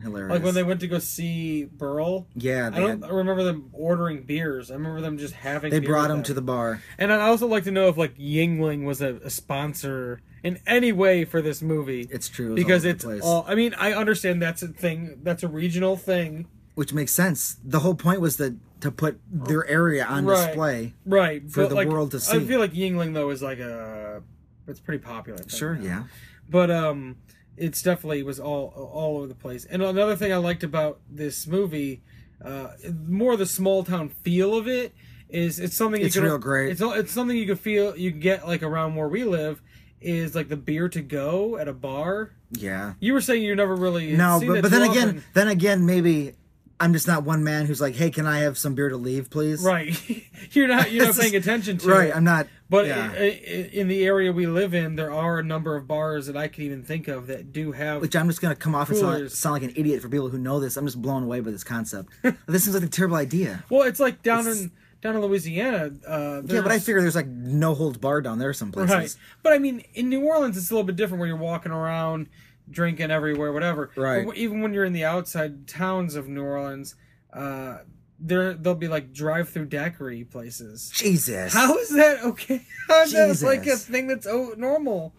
Hilarious.
Like when they went to go see Burl.
yeah, they,
I don't
had-
remember them ordering beers. I remember them just having.
they
beer
brought
with
him to the bar.
And I'd also like to know if like Yingling was a, a sponsor in any way for this movie.
It's true. it was all
because
over the
it's
place.
all. I mean, I understand that's a thing. That's a regional thing,
which makes sense. The whole point was that to put their area on
Right.
display.
right?
For
but,
the
like,
world to
I
see.
feel like Yingling though is like a. It's pretty popular. I think,
Sure,
now.
yeah.
but um it's definitely was all all over the place and another thing i liked about this movie uh more the small town feel of it is it's something
It's
you can,
real great.
it's, it's something you can feel you can get like around where we live is like the beer to go at a bar
Yeah.
you were saying you never really
No,
see
but,
that
but then
too
again,
often.
then again, maybe I'm just not one man who's like, hey, can I have some beer to leave, please?
right you're not you're not
This is-
paying attention to
Right.
it.
I'm not.
But
yeah.
i i in the area we live in, there are a number of bars that I can even think of that do have
which I'm just gonna come off and sound,
Coolers.
sound like an idiot for people who know this. I'm just blown away by this concept. this seems like a terrible idea.
Well, it's like down
It's-
in down in Louisiana. Uh,
Yeah, but I
there's-
figure there's like no holds bar down there some places.
right. But I mean, in New Orleans, it's a little bit different where you're walking around, drinking everywhere, whatever.
Right.
But even when you're in the outside towns of New Orleans, uh, there there'll be like drive-through daiquiri places.
Jesus.
How is that okay? How is that like a
Jesus.
thing that's oh, normal?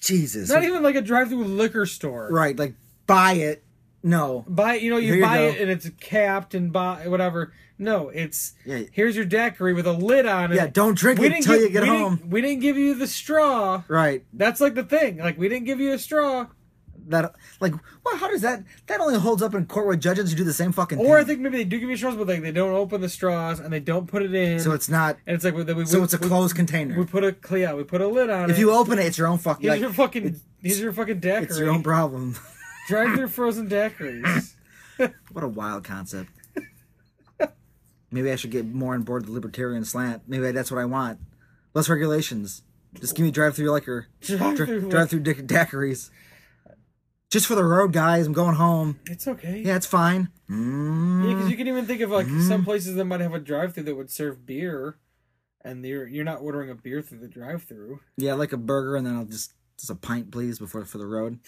Jesus.
Not even like a drive-through liquor store.
right. Like buy it. No.
Buy you know you
Here you
buy
go.
it and it's capped and buy whatever. No, it's
Yeah.
here's your daiquiri with a lid on it.
Yeah. Don't drink it until
give-
you get
we
home.
Didn't, we didn't give you the straw.
Right.
That's like the thing. Like we didn't give you a straw.
That like well, how does that that only holds up in court with judges who do the same fucking thing.
Or I think maybe they do give you straws, but like they don't open the straws and they don't put it in.
so it's not
and it's like we, we,
so it's a
we,
closed container.
We put a cl- yeah, we put a lid on it.
if you open it, it's your own fucking
here's
like,
your fucking here's your fucking daiquiri.
it's your own problem.
Drive through frozen daiquiris.
what a wild concept. Maybe I should get more on board the libertarian slant. Maybe that's what I want. Less regulations. Just give me drive-through liquor,
Drive-through liquor.
drive-through dick- daiquiris. Just for the road, guys. I'm going home.
It's okay.
Yeah, Mm-hmm. it's fine. Mm.
because you can even think of like some places that might have a drive-through that would serve beer, and you're you're not ordering a beer through the drive-through.
Yeah, like a burger, and then I'll just just a pint, please, before for the road.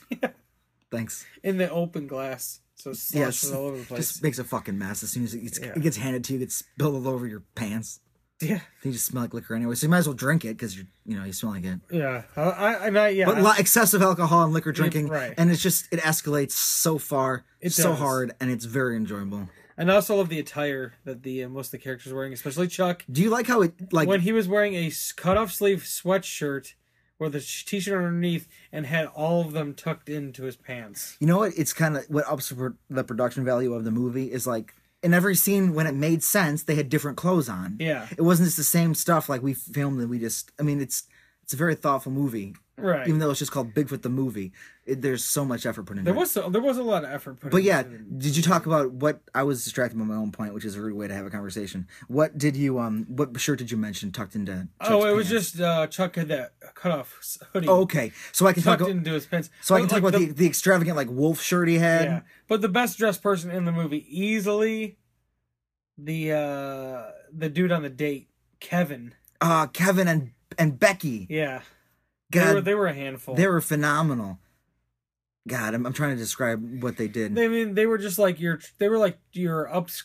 Thanks.
in the open glass. So it
Yes,
sloshes all over the place.
just makes a fucking mess as soon as it gets,
Yeah.
it gets handed to you. It gets spilled all over your pants.
yeah,
You just smell like liquor anyway, so you might as well drink it because you're you know you smell like it.
yeah. I, I, I yeah.
But
I-
lo- excessive alcohol and liquor drinking,
right.
and it's just it escalates so far,
It
so
does.
hard, and it's very enjoyable.
and I also love the attire that the uh, most of the characters are wearing, especially Chuck.
Do you like how it like?
when he was wearing a s- cut-off sleeve sweatshirt with a sh- t-shirt underneath and had all of them tucked into his pants.
you know what? It's kind of what ups the pro- the production value of the movie is like. In every scene, when it made sense, they had different clothes on.
Yeah,
it wasn't just the same stuff like we filmed and we just i mean it's it's a very thoughtful movie
right.
even though it's just called bigfoot the movie it, there's so much effort put into
there
it
was so, there was a lot of effort put.
but yeah
into it.
did you talk about what i was distracted by my own point which is a rude way to have a conversation what did you um what shirt did you mention tucked into Chuck's
Oh, it was
pants?
just uh, Chuck had that cut-off s- hoodie
Oh, okay so i can talk
tucked into his pants.
so i can
But,
talk
like,
about the, the, extravagant like wolf shirt he had
Yeah, but the best dressed person in the movie easily the uh the dude on the date, Kevin.
uh kevin and and becky
Yeah,
god
they were they were a handful.
they were phenomenal god I'm, I'm trying to describe what they did
They- I mean, they were just like your. They were like your ups,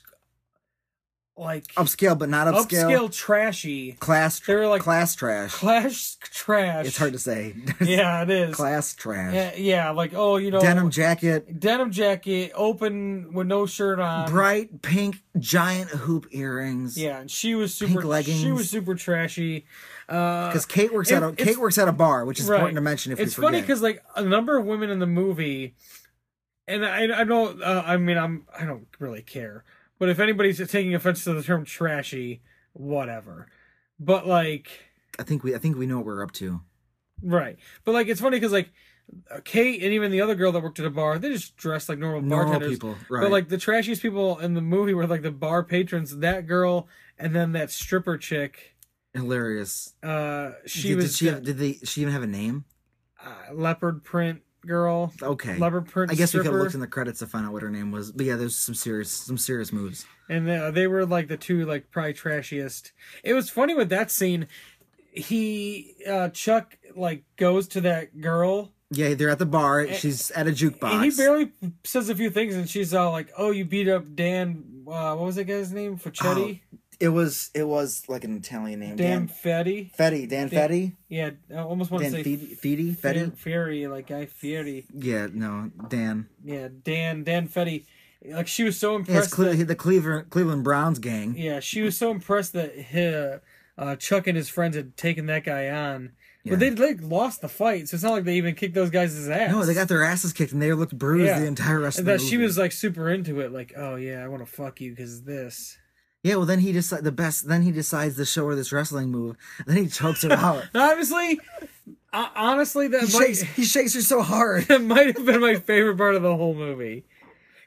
like
upscale but not upscale,
upscale trashy
class
They were like-
class trash
clash trash.
it's hard to say
Yeah, it is.
class trash
Yeah, yeah, like oh, you know,
denim jacket
denim jacket, open with no shirt on.
bright pink giant hoop earrings
Um, Yeah, and she was super.
leggings.
She was super trashy. Uh,
because kate works
It-
at a
it's-
kate works at a bar which is
Right.
important to mention if
it's
we
funny
forget.
because like a number of women in the movie, and I I don't uh, I mean I'm I don't really care, but if anybody's taking offense to the term trashy, whatever. But like,
i think we i think we know what we're up to
right? But like, it's funny because like Kate and even the other girl that worked at a bar, they just dressed like normal
Normal
bartenders.
people, right.
But like the trashiest people in the movie were like the bar patrons. That girl and then that stripper chick.
hilarious
Uh, she
did,
was
did she
the,
have, did they she even have a name
uh, leopard print girl.
okay
Leopard print.
I guess we could have
stripper.
looked in the credits to find out what her name was, but yeah, there's some serious, some serious moves.
and uh, they were like the two like probably trashiest it was funny with that scene he uh chuck like goes to that girl
Yeah, they're at the bar. She's at a jukebox.
And Eh, he barely says a few things, and she's all like, "Oh, you beat up Dan. Uh, what was that guy's name? Facchetti?
Oh, It was it was like an Italian name.
Dan
Oh, Dan,
Fetty?
Fetty. Dan
Dan-
Fetty.
Yeah, I almost want
Dan
to say
Fetty.
Fe-
Fetty. Fetty.
Fury, like Guy Fieri.
Yeah, no, Dan.
Yeah, Dan Dan Fetty. Like she was so
Yeah, it's
impressed.
Cle-
that,
the Cleveland Cleveland Browns gang.
yeah, she was so impressed that hi- uh, Chuck and his friends had taken that guy on.
Yeah.
But they like lost the fight, so it's not like they even kicked those guys' ass.
No, Oh, they got their asses kicked and they looked bruised
Yeah.
the entire rest
And
of the
that she
movie.
was like super into it, like, oh yeah, I want to fuck you because this.
Yeah, well then he decides the best then he decides to show her this wrestling move. Then he chokes her out.
Obviously, uh, honestly, that
He
might
shakes he shakes her so hard.
that might have been my favorite part of the whole movie.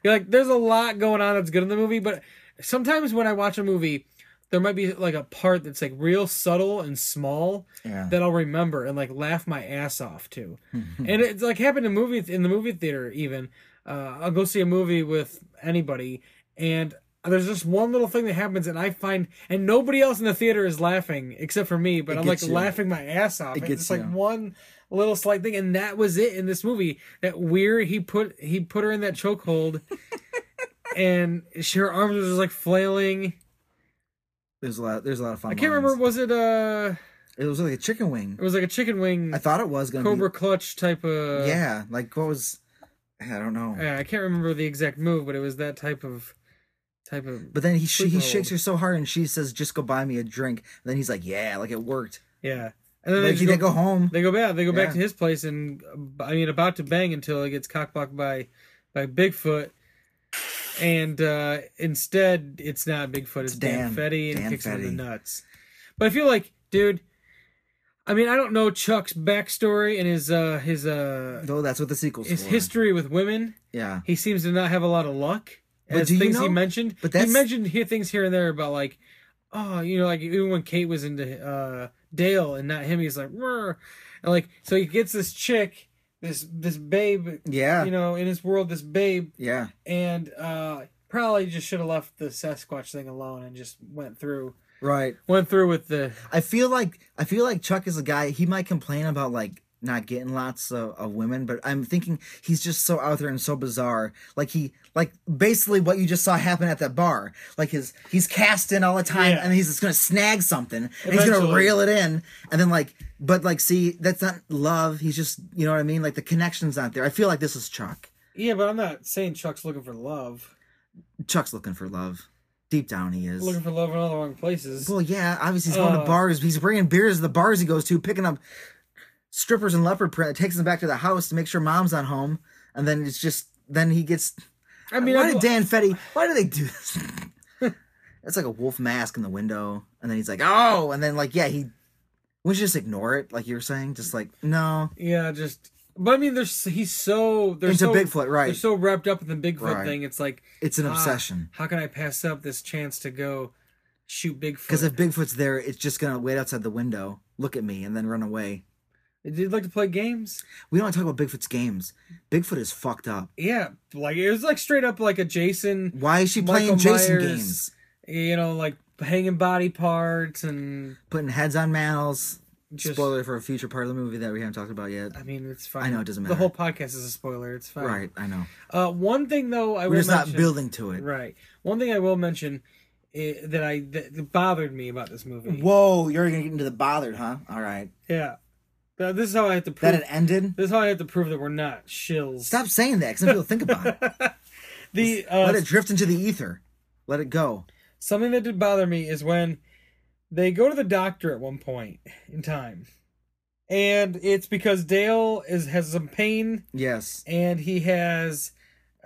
You're like, there's a lot going on that's good in the movie, but sometimes when I watch a movie, there might be like a part that's like real subtle and small
Yeah.
that I'll remember and like laugh my ass off to. and it's like happened in movie in the movie theater even. Uh, I'll go see a movie with anybody, and there's just one little thing that happens, and I find and nobody else in the theater is laughing except for me, but
It
I'm like
gets you.
laughing my ass off.
It
It's
gets
just, like
you.
one little slight thing, and that was it in this movie. That weird he put he put her in that chokehold, and she, her arms was just like flailing.
There's a lot there's a lot of fun.
I can't remember
lines.
was it uh
it was like a chicken wing.
it was like a chicken wing
I thought it was gonna
cobra uh, clutch type
be
of
Yeah, like what was I don't know.
Yeah, I can't remember the exact move, but it was that type of type of.
But then he sh- he
Sleeper
shakes
hold.
her so hard, and she says, "Just go buy me a drink." And then he's like, "Yeah, like it worked."
yeah, and then
Like
they, just
he didn't
go,
go home.
they go back. They go
Yeah.
back to his place, and uh, I mean, about to bang until it gets cockblocked by by Bigfoot. And uh instead, it's not Bigfoot. It's Dan,
Dan.
Fetty and
Dan
kicks him in
Fetty.
the nuts. But I feel like, dude. I mean, I don't know Chuck's backstory and his uh his uh
Though that's what the sequel's
his
for.
history with women.
Yeah.
he seems to not have a lot of luck.
But
As
do you
things he
know-
mentioned,
but
but
that's-
he mentioned here things here and there about like, oh, you know, like even when Kate was into uh, Dale and not him, he's like, "Rrr." and like so he gets this chick, this this babe,
Yeah.
you know, in his world, this babe,
yeah.
and uh, probably just should have left the Sasquatch thing alone and just went through
Right.
went through with the
I feel like I feel like Chuck is a guy. He might complain about like not getting lots of, of women, but I'm thinking he's just so out there and so bizarre. Like he like basically what you just saw happen at that bar. Like his he's cast in all the time,
Yeah.
and he's just gonna snag something, and he's gonna
Eventually.
reel it in, and then like. But like, see, that's not love. He's just, you know what I mean. Like the connection's not there. I feel like this is Chuck.
yeah, but I'm not saying Chuck's looking for love,
Chuck's looking for love. Deep down, he is.
looking for love in all the wrong places.
Well, yeah, obviously he's going
Uh,
to bars. He's bringing beers to the bars he goes to, picking up strippers in leopard print. Takes them back to the house to make sure mom's not home, and then it's just then he gets.
I mean,
why
I,
did Dan Fetty? Why do they do this? That's like a wolf mask in the window, and then he's like, "Oh," and then like, yeah, he. Would you just ignore it, like you were saying? Just like, no,
Yeah, just. But I mean, there's he's so there's
Into
so,
Bigfoot, right.
They're so wrapped up in the Bigfoot
Right.
thing. It's like
it's an
ah,
obsession.
How can I pass up this chance to go shoot Bigfoot?
Because if Bigfoot's there, it's just gonna wait outside the window, look at me, and then run away.
did you like to play games?
We don't talk about Bigfoot's games. Bigfoot is fucked up.
Yeah, like it was like straight up like a Jason,
Why is she
Michael
playing Jason
Myers.
games?
you know, like hanging body parts and
putting heads on mantles.
just.
Spoiler for a future part of the movie that we haven't talked about yet.
I mean, it's fine.
I know, it doesn't
The
matter.
whole podcast is a spoiler. It's fine.
Right, I know.
Uh, one thing though, I
We're
will
just not
mention-
building to it.
Right. One thing I will mention eh, that I that bothered me about this movie.
Whoa, you're gonna get into the bothered, huh? All right,
Yeah. Now, This is how I have to prove
that it ended.
This is how I have to prove that we're not shills.
Stop saying that, because people think about it.
The
Let
uh,
it drift into the ether. Let it go.
something that did bother me is when they go to the doctor at one point in time, and it's because Dale is has some pain
Yes,
and he has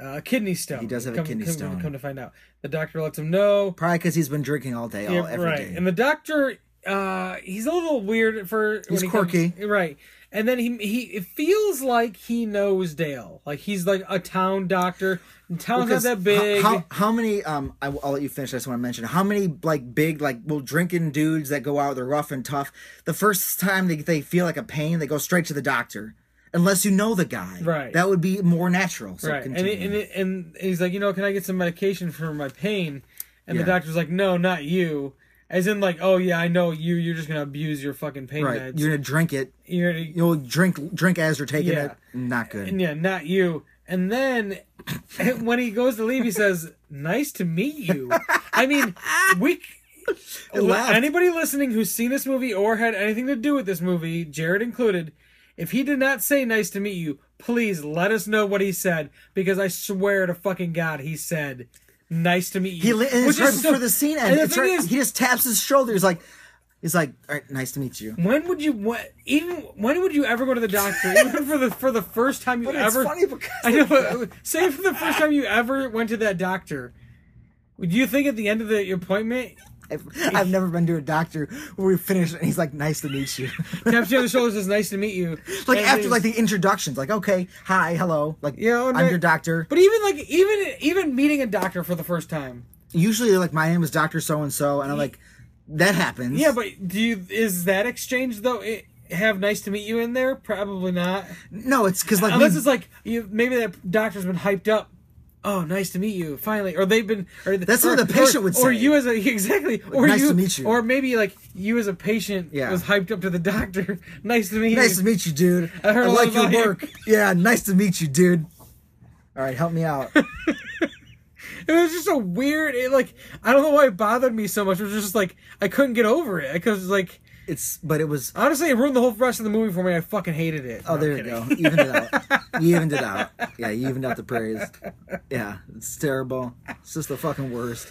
uh, a kidney stone.
He does have a
Come-
kidney
come-
stone.
Come to find out, the doctor lets him know.
probably because he's been drinking all day, all
Yeah,
every day.
right. And the doctor, uh, he's a little weird for
He's
he
quirky.
comes- right? And then he he it feels like he knows Dale, like he's like a town doctor. And town's
Because
not that Oh, big.
How, how, how many? Um, I, will let you finish. I just want to mention how many like big like well drinking dudes that go out. They're rough and tough. The first time they they feel like a pain, they go straight to the doctor. Unless you know the guy,
Right.
That would be more natural. So
right. And,
continue.
it, and, it, and he's like, you know, can I get some medication for my pain? And
Yeah.
the doctor's like, no, not you. As in, like, oh yeah, I know you. You're just gonna abuse your fucking pain
right.
meds.
You're gonna drink it.
You're gonna-
You'll drink drink as you're taking
Yeah.
it. Not good.
and yeah, not you. And then when he goes to leave, he says, "Nice to meet you." I mean, we.
left.
Anybody listening who's seen this movie or had anything to do with this movie, Jared included, if he did not say "nice to meet you," please let us know what he said because I swear to fucking God, he said. Nice to meet you.
He li- and it's
Which
right
is so-
before the scene
And
ends.
the
It's
thing
right-
is,
he just taps his shoulder. He's like, he's like, all right, nice to meet you.
When would you what even when would you ever go to the doctor? Even for the for the first time you
But it's
ever
funny because
I know but uh, say for the first time you ever went to that doctor. Would you think at the end of the appointment
I've, I've never been to a doctor where we finish and he's like, nice to meet you.
taps you on the shoulder says nice to meet you.
like
and
after
then-
like the introductions, like okay, hi, hello, like
Yeah,
I'm
okay.
your doctor.
But even like even even meeting a doctor for the first time.
Usually they're like my name is Doctor So and So, and I'm like, that happens.
Yeah, but do you is that exchange though it, have nice to meet you in there? Probably not.
no, it's because like
Unless
we-
it's like you maybe that doctor's been hyped up. Oh, nice to meet you. Finally, or they've been. Or
That's
or,
what the patient
or-
would
Or
say.
you as a exactly. Or
nice
you,
to meet you.
Or maybe like you as a patient
Yeah.
was hyped up to the doctor. nice to meet
nice
you.
to meet you, dude.
I heard a lot
like your
about you."
work. yeah, nice to meet you, dude. All right, help me out.
it was just a weird. It like I don't know why it bothered me so much. It was just like I couldn't get over it because like
It's but it was
honestly it ruined the whole rest of the movie for me. I fucking hated it.
Oh, there you go. Evened it out. You evened it out. Yeah, you evened out the praise. Yeah, it's terrible. It's just the fucking worst.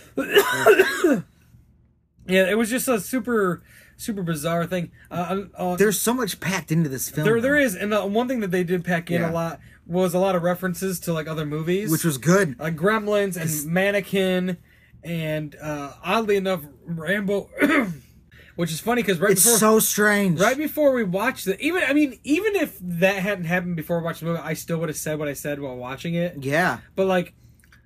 Yeah, it was just a super super bizarre thing. Uh, uh,
There's so much packed into this film,
There, there is, and uh, one thing that they did pack in a
Yeah.
lot was a lot of references to like other movies,
which was good.
like Gremlins and Mannequin, and uh, oddly enough, Rambo, which is funny because right
It's
before
so strange.
right before we watched it, even I mean, even if that hadn't happened before we watched the movie, I still would have said what I said while watching it.
Yeah,
But like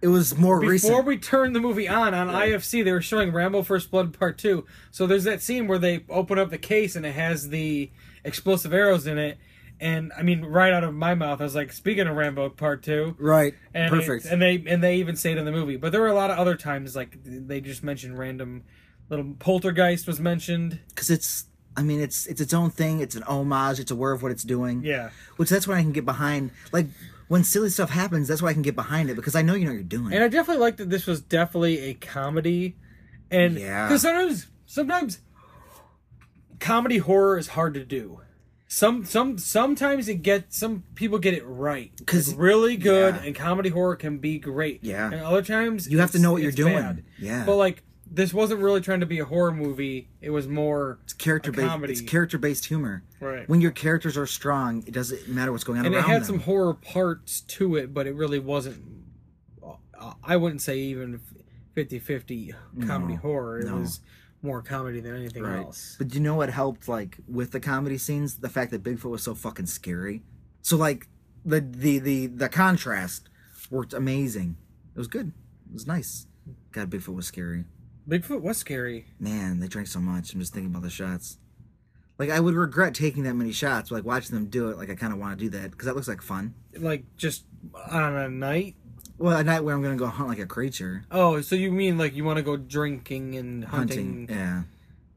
it was more
before
recent.
we turned the movie on on IFC, they were showing Rambo First Blood Part Two. So there's that scene where they open up the case and it has the explosive arrows in it. And I mean, right out of my mouth, I was like, "Speaking of Rambo Part 2.
right.
and
Perfect.
it- and they and they even say it in the movie. But there were a lot of other times like they just mentioned random little poltergeist was mentioned.
Because it's, I mean, it's it's its own thing. It's an homage. It's aware of what it's doing.
Yeah,
Which that's when I can get behind. Like when silly stuff happens, that's why I can get behind it because I know you know what you're doing.
and I definitely liked that this was definitely a comedy, and
Yeah.
because sometimes sometimes comedy horror is hard to do. Some some sometimes it gets some people get it right
'Cause-
It's really good,
yeah.
and comedy horror can be great.
Yeah.
and other times
You have to
it's-
know what you're
it's
doing.
bad.
Yeah.
but like this wasn't really trying to be a horror movie. It was more
it's character
a
based.
comedy.
It's character based humor.
Right.
When your characters are strong, it doesn't matter what's going on
and it
around
had
them.
some horror parts to it but it really wasn't uh, i wouldn't say even 50-50 comedy horror it
no.
was more comedy than anything
Right.
else
But you know what helped like with the comedy scenes? The fact that Bigfoot was so fucking scary. So like the the the, the contrast worked amazing. It was good. It was nice. God, Bigfoot was scary.
bigfoot was scary
Man, they drank so much. I'm just thinking about the shots. Like I would regret taking that many shots. But, like watching them do it, like I kind of want to do that because that looks like fun.
like just on a night
Well, a night where I'm gonna go hunt like a creature,
oh so you mean like you want to go drinking and hunting,
hunting. Yeah.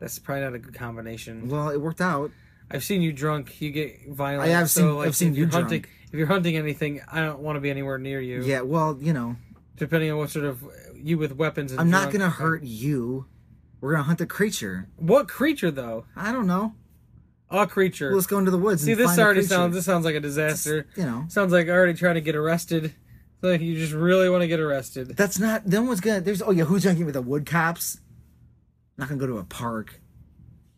that's probably not a good combination
Well, it worked out.
i've seen you drunk you get violent
I have
so
seen-
like
I've seen
if
you
are hunting
drunk.
if you're hunting anything i don't want to be anywhere near you
Yeah. Well, you know,
depending on what sort of you with weapons and
I'm not
drunk-
gonna hurt you. We're gonna hunt a creature.
what creature though
I don't know.
a creature
Well, let's go into the woods.
See,
and
this
find a
already
creature.
sounds this sounds like a disaster.
you know.
sounds like already trying to get arrested. Like you just really want to get arrested.
That's not. No one's gonna. There's. Oh yeah, who's gonna get with the wood cops? Not gonna go to a park.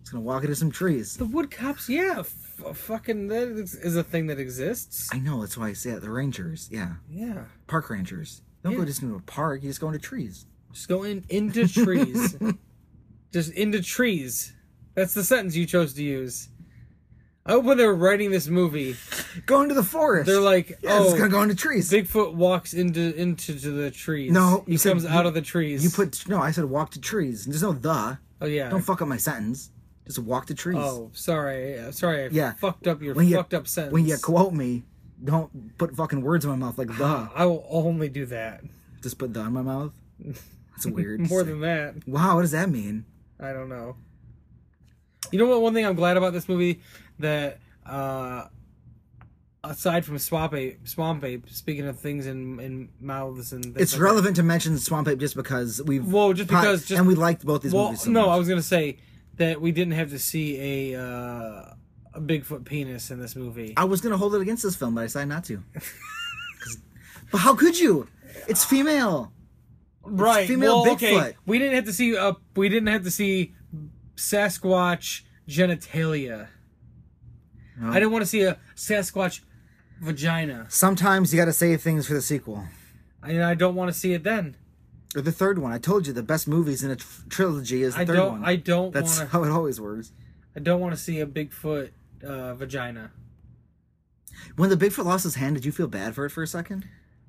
It's gonna walk into some trees.
The wood cops, yeah, f- fucking that is, is a thing that exists.
I know. That's why I say it. The rangers. Yeah,
Yeah,
park rangers. Don't go
Yeah.
just into a park. You just go into trees.
just go in into trees, just into trees. That's the sentence you chose to use. I hope when they were writing this movie,
Go into the forest.
they're like,
yeah, it's gonna
"Oh,
go into trees.
Bigfoot walks into into to the trees.
No,
he
you said
comes
you-
out of the trees.
you put no. I said walk to trees. There's no the.
oh yeah,
Don't fuck up my sentence. Just walk to trees.
oh sorry, Uh, sorry, I
Yeah.
fucked up your
When you-
fucked up sentence.
When you quote me, don't put fucking words in my mouth like the.
I will only do that.
Just put the in my mouth. That's weird.
More than that.
Wow, what does that mean?
I don't know. You know what? One thing I'm glad about this movie that, uh, aside from Swamp Ape, Swamp Ape, speaking of things in in mouths and things
It's
like that-
relevant to mention Swamp Ape just because we've
Well, just
pod-
because- just-
and we liked both these movies. So
no,
much.
I was gonna say that we didn't have to see a uh, a Bigfoot penis in this movie.
I was gonna hold it against this film, but I decided not to. 'Cause- but how could you? It's female.
right,
female
well,
Bigfoot.
Okay. We didn't have to see uh, we didn't have to see Sasquatch genitalia. I didn't want to see a Sasquatch vagina,
Sometimes you gotta save things for the sequel
and I don't want to see it then.
or the third one. I told you the best movies in a tr- trilogy is the
I
third
don't.
one.
I don't
That's
want to.
how it always works.
I don't want to see a Bigfoot uh, vagina.
When the Bigfoot lost his hand, did you feel bad for it for a second?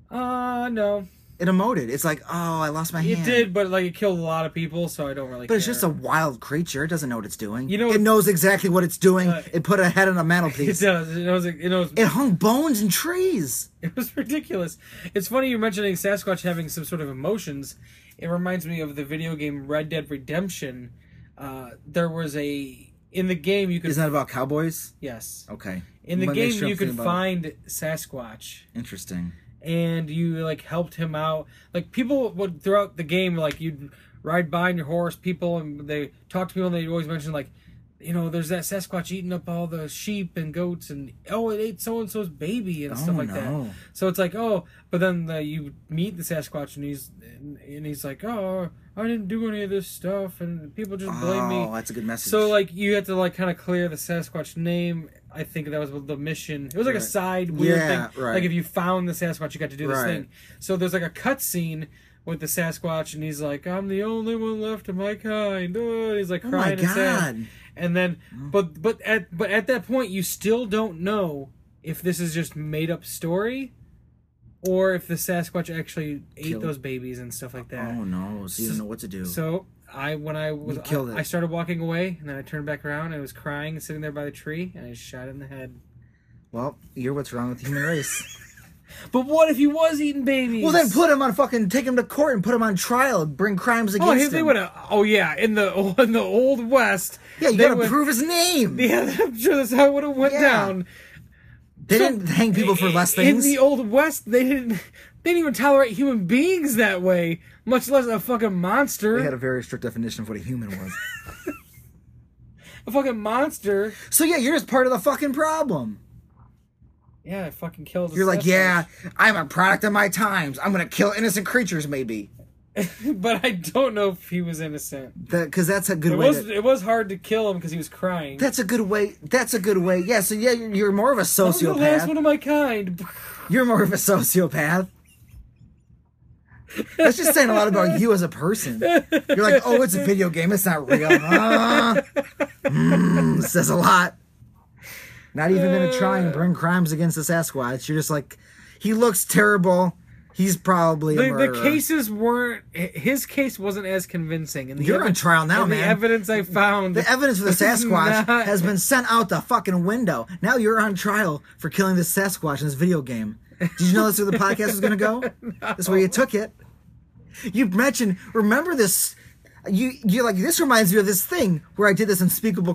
Uh no,
It emoted. It's like, oh, I lost my
it
hand.
did, but like it killed a lot of people, so I don't really.
But it's just a
care.
wild creature. It doesn't know what it's doing.
You know-
it knows exactly what it's doing.
Uh,
it put a head on a
It
mantelpiece.
does. It knows. It knows.
it hung bones in trees.
It was ridiculous. It's funny you're mentioning Sasquatch having some sort of emotions. It reminds me of the video game Red Dead Redemption. Uh, there was a in the game you could
Isn't that about cowboys?
yes
Okay.
in the
Wanna make
game
sure I'm
you could
thinking about it.
find Sasquatch
Interesting.
and you like helped him out. Like people would throughout the game, like you'd ride by on your horse, people, and they talk to people, and they always mention like, you know, there's that Sasquatch eating up all the sheep and goats, and oh, it ate so and so's baby and stuff
Oh,
like
no.
that. So it's like, oh, but then uh, you meet the Sasquatch, and he's and, and he's like, oh, I didn't do any of this stuff, and people just blame me.
Oh, that's a good message.
So like you had to like kind of clear the Sasquatch name. I think that was the mission. It was like a
Right.
side weird
Yeah,
thing.
right.
Like if you found the Sasquatch, you got to do this
Right.
thing. So there's like a cutscene with the Sasquatch, and he's like, "I'm the only one left of my kind." Oh, and he's like
Oh
crying
my
and sad.
God.
And then, but but at but at that point, you still don't know if this is just made up story, or if the Sasquatch actually ate
Killed-
those babies and stuff like that.
oh no, so you don't know what to do.
So I when I was
You killed
I,
it.
I started walking away and then I turned back around and I was crying and sitting there by the tree and I shot it in the head.
well, you're what's wrong with the human race.
But what if he was eating babies?
well, then put him on fucking take him to court and put him on trial. and Bring crimes
Oh,
against
if
him.
they would have. Oh yeah, in the in the old west.
yeah, you
they
gotta
would-
prove his name.
Yeah, I'm sure that's how it would have went
Yeah.
down.
they didn't hang people for less
In
things.
the old west, they didn't they didn't even tolerate human beings that way, much less a fucking monster.
they had a very strict definition of what a human was.
a fucking monster.
so yeah, you're just part of the fucking problem.
Yeah, I fucking killed. a
You're like,
Sasquatch.
yeah, I'm a product of my times. I'm gonna kill innocent creatures, maybe.
but I don't know if he was innocent.
Because that's a good
It
way.
was
to,
it was hard to kill him because he was crying.
that's a good way. That's a good way. Yeah. So yeah, you're, you're more of
I
a
was the last
sociopath.
one of my kind.
You're more of a sociopath. That's just saying a lot about you as a person. You're like, oh, it's a video game. It's not real. Huh? Mm, says a lot. Not even gonna try and bring crimes against the Sasquatch. You're just like, he looks terrible. He's probably a
The,
murderer.
the cases weren't. His case wasn't as convincing. And the
You're
evi-
on trial now,
and The
man.
evidence I found.
The evidence for the Sasquatch
Not-
has been sent out the fucking window. Now you're on trial for killing this Sasquatch in this video game. Did you know that's where the podcast was going to go? That's where you took it. You mentioned, remember this? You you're like this reminds me of this thing where I did this unspeakable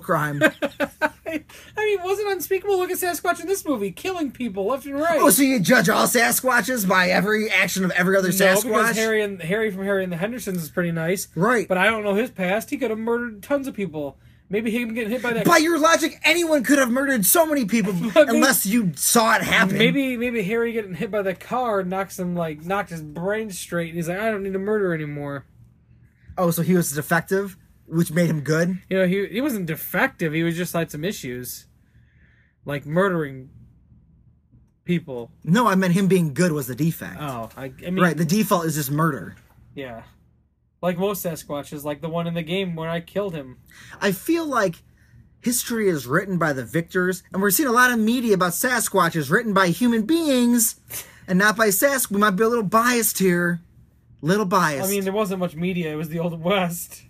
crime.
I mean, it wasn't unspeakable. Look at Sasquatch in this movie, killing people left and right.
oh, so you judge all Sasquatches by every action of every other
no,
Sasquatch?
because Harry and Harry from Harry and the Hendersons is pretty nice,
Right.
But I don't know his past. He could have murdered tons of people. Maybe him getting hit by that.
by your logic, anyone could have murdered so many people unless you saw it happen.
Maybe maybe Harry getting hit by the car knocks him like knocked his brain straight, and he's like, I don't need to murder anymore.
Oh, so he was defective, which made him good.
You know, he he wasn't defective. He was just had some issues, like murdering people.
No, I meant him being good was the defect.
Oh, I, I mean,
Right, the default is just murder.
yeah, like most Sasquatches, like the one in the game where I killed him.
I feel like history is written by the victors, and we're seeing a lot of media about Sasquatches written by human beings and not by Sask. We might be a little biased here. Little biased.
I mean, there wasn't much media. It was the old west.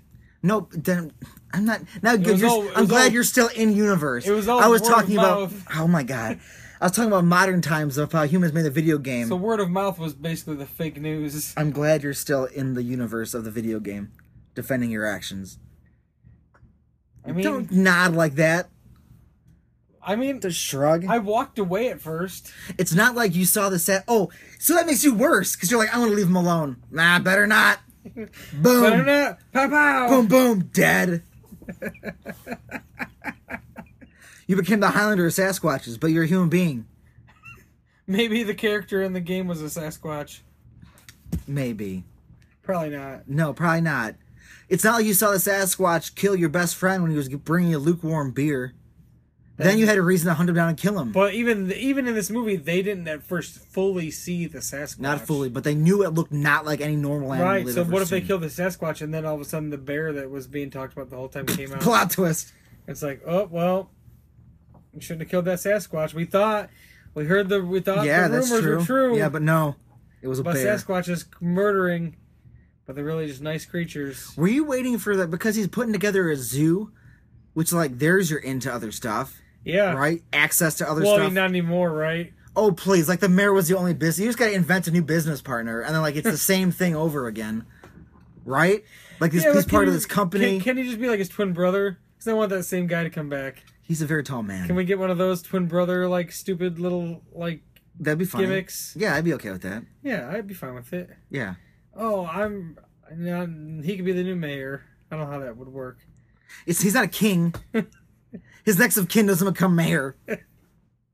nope, then I'm not. Now, good.
was
You're,
all- it
I'm
was
glad
all-
you're still in universe.
it was all
I was
word
talking
of
about.
mouth.
Oh my god. I was talking about modern times of how humans made the video game.
So word of mouth was basically the fake news.
I'm glad you're still in the universe of the video game, defending your actions.
I mean,
Don't nod like that.
I mean,
Just shrug.
I walked away at first.
It's not like you saw the set. Oh, so that makes you worse because you're like, I want to leave him alone. Nah, better not. Boom.
But no, pow pow.
Boom, boom, dead. you became the Highlander of Sasquatches, but you're a human being.
Maybe the character in the game was a Sasquatch.
Maybe.
Probably not.
No, probably not. It's not like you saw the Sasquatch kill your best friend when he was bringing you lukewarm beer. Then you had a reason to hunt him down and kill him.
But even even in this movie, they didn't at first fully see the Sasquatch.
Not fully, but they knew it looked not like any normal animal.
Right.
they've
So
ever
what if they
seen.
killed the Sasquatch and then all of a sudden the bear that was being talked about the whole time came out?
Plot twist.
It's like, oh well, we shouldn't have killed that Sasquatch. We thought, we heard the, we thought
yeah,
the
that's
rumors
true.
were true.
Yeah, but no, it was a
but
bear.
Sasquatch is murdering, but they're really just nice creatures.
Were you waiting for that because he's putting together a zoo, which like there's your into other stuff,
Yeah.
right? Access to other
Well, I
stuff.
mean, not anymore, right?
oh please, like the mayor was the only business. You just gotta invent a new business partner, and then like it's the same thing over again, right? Like this,
Yeah,
he's
but
part
can
of
he-
this company.
Can, can he just be like his twin brother? Because I want that same guy to come back.
he's a very tall man.
Can we get one of those twin brother like stupid little like?
That'd be funny.
gimmicks?
Yeah, I'd be okay with that.
Yeah, I'd be fine with it.
Yeah,
Oh, I'm. Not, he could be the new mayor. I don't know how that would work.
it's he's not a king. His next of kin doesn't become mayor.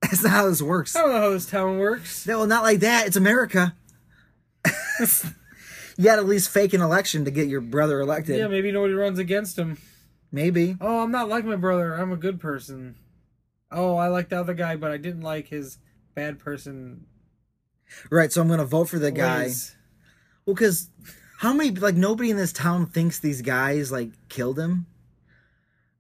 That's not how this works.
I don't know how this town works.
No, not like that. It's America. you got to at least fake an election to get your brother elected.
Yeah, maybe nobody runs against him.
Maybe.
Oh, I'm not like my brother. I'm a good person. Oh, I like the other guy, but I didn't like his bad person.
Right. So I'm going to vote for the guy.
ways.
Well, because how many, like, nobody in this town thinks these guys, like, killed him?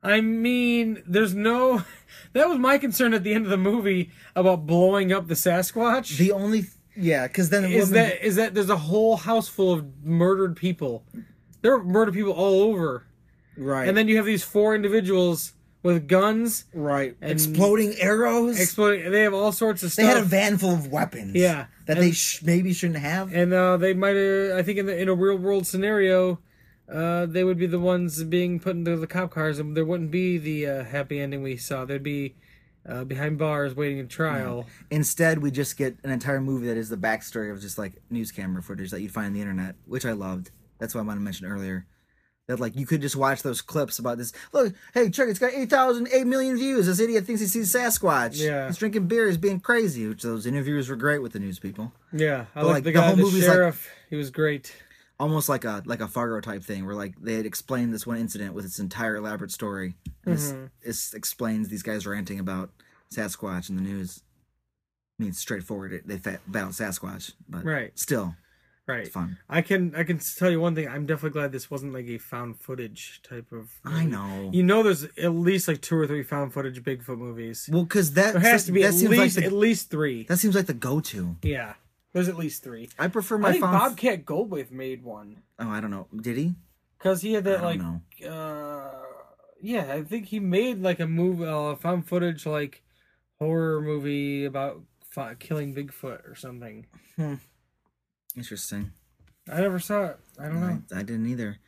I mean, there's no. That was my concern at the end of the movie about blowing up the Sasquatch.
The only, yeah, because then it
is
would've been-
that is that there's a whole house full of murdered people. There are murdered people all over,
right.
and then you have these four individuals with guns
right.
and-
Exploding arrows.
exploding. They have all sorts of
they
stuff.
had a van full of weapons.
Yeah,
That
and-
they sh- maybe shouldn't have.
and uh, they might have. I think in the in a real world scenario, uh, they would be the ones being put into the cop cars, and there wouldn't be the uh, happy ending we saw. They'd be uh, behind bars waiting a trial.
Instead, we just get an entire movie that is the backstory of just like news camera footage that you'd find on the internet, which I loved. That's why I wanted to mention earlier that like you could just watch those clips about this. Look, hey, check, it's got 8,000, 8 million views. This idiot thinks he sees Sasquatch.
Yeah.
He's drinking beer, he's being crazy, which those interviews were great with the news people.
Yeah, I
But,
like
like,
the
the
guy,
whole
the,
movie's like-
sheriff. he was great.
Almost like a like a Fargo type thing where like they had explained this one incident with its entire elaborate story. And this,
Mm-hmm.
this explains these guys ranting about Sasquatch in the news. I mean, it's straightforward. It- They fa- battled Sasquatch, but
Right.
still,
Right.
fun.
I can I can tell you one thing. I'm definitely glad this wasn't like a found footage type of.
I know.
You know, there's at least like two or three found footage Bigfoot movies.
Well, because that
There has to be at
that seems
least
like
at
the,
least three.
that seems like the go-to.
Yeah, there's at least three.
I prefer
I
my
think
found.
Bobcat Goldthwait made one.
oh, I don't know. Did he?
Cause he had that
I
like,
don't
uh, yeah, I think he made like a movie, uh, found footage like horror movie about fi- killing Bigfoot or something.
Interesting.
I never saw it. I don't know.
I, I didn't either.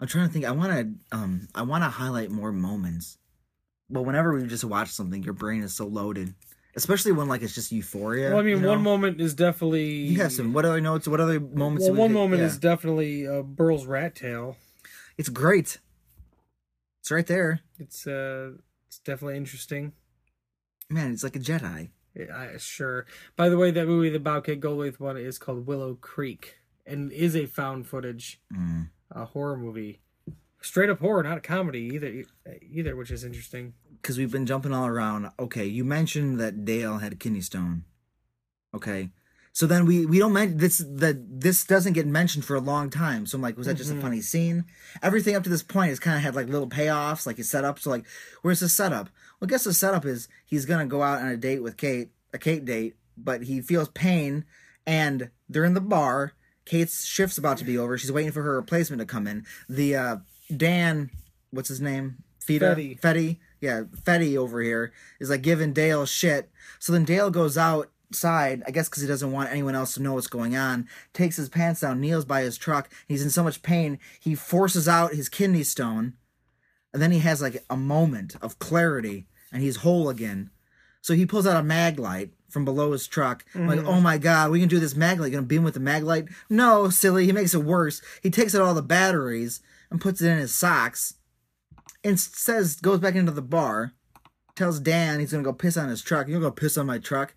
I'm trying to think. I want to. Um, I want to highlight more moments. But whenever we just watch something, your brain is so loaded, especially when like it's just euphoria.
well, I mean,
you know?
one moment is definitely
You have some. What other notes? What other moments?
Well,
do we
one
get?
moment
Yeah.
is definitely uh, Burl's rat tail.
It's great. It's right there,
It's uh, it's definitely interesting.
man. It's like a Jedi.
I, sure. By the way, that movie, the Bobcat Goldthwait one, is called Willow Creek, and is a found footage
Mm.
a horror movie, straight up horror, not a comedy either. Either, which is interesting.
because we've been jumping all around. Okay, you mentioned that Dale had kidney stone. Okay, so then we we don't mention this that this doesn't get mentioned for a long time. So I'm like, was that just a funny scene? Everything up to this point has kind of had like little payoffs, like his setup. So like, where's the setup? Well, I guess the setup is he's gonna go out on a date with Kate, a Kate date, but he feels pain, and they're in the bar. Kate's shift's about to be over. She's waiting for her replacement to come in. The uh, Dan, what's his name? Feta?
Fetty.
Fetty, yeah, Fetty over here is like giving Dale shit. So then Dale goes outside, I guess because he doesn't want anyone else to know what's going on. Takes his pants down, kneels by his truck. He's in so much pain, he forces out his kidney stone. And then he has like a moment of clarity and he's whole again. So he pulls out a mag light from below his truck. I'm
Mm-hmm.
Like, oh my God, we can do this mag light. Gonna beam with the mag light? No, silly. He makes it worse. He takes out all the batteries and puts it in his socks and says, goes back into the bar, tells Dan he's gonna go piss on his truck. You're gonna go piss on my truck.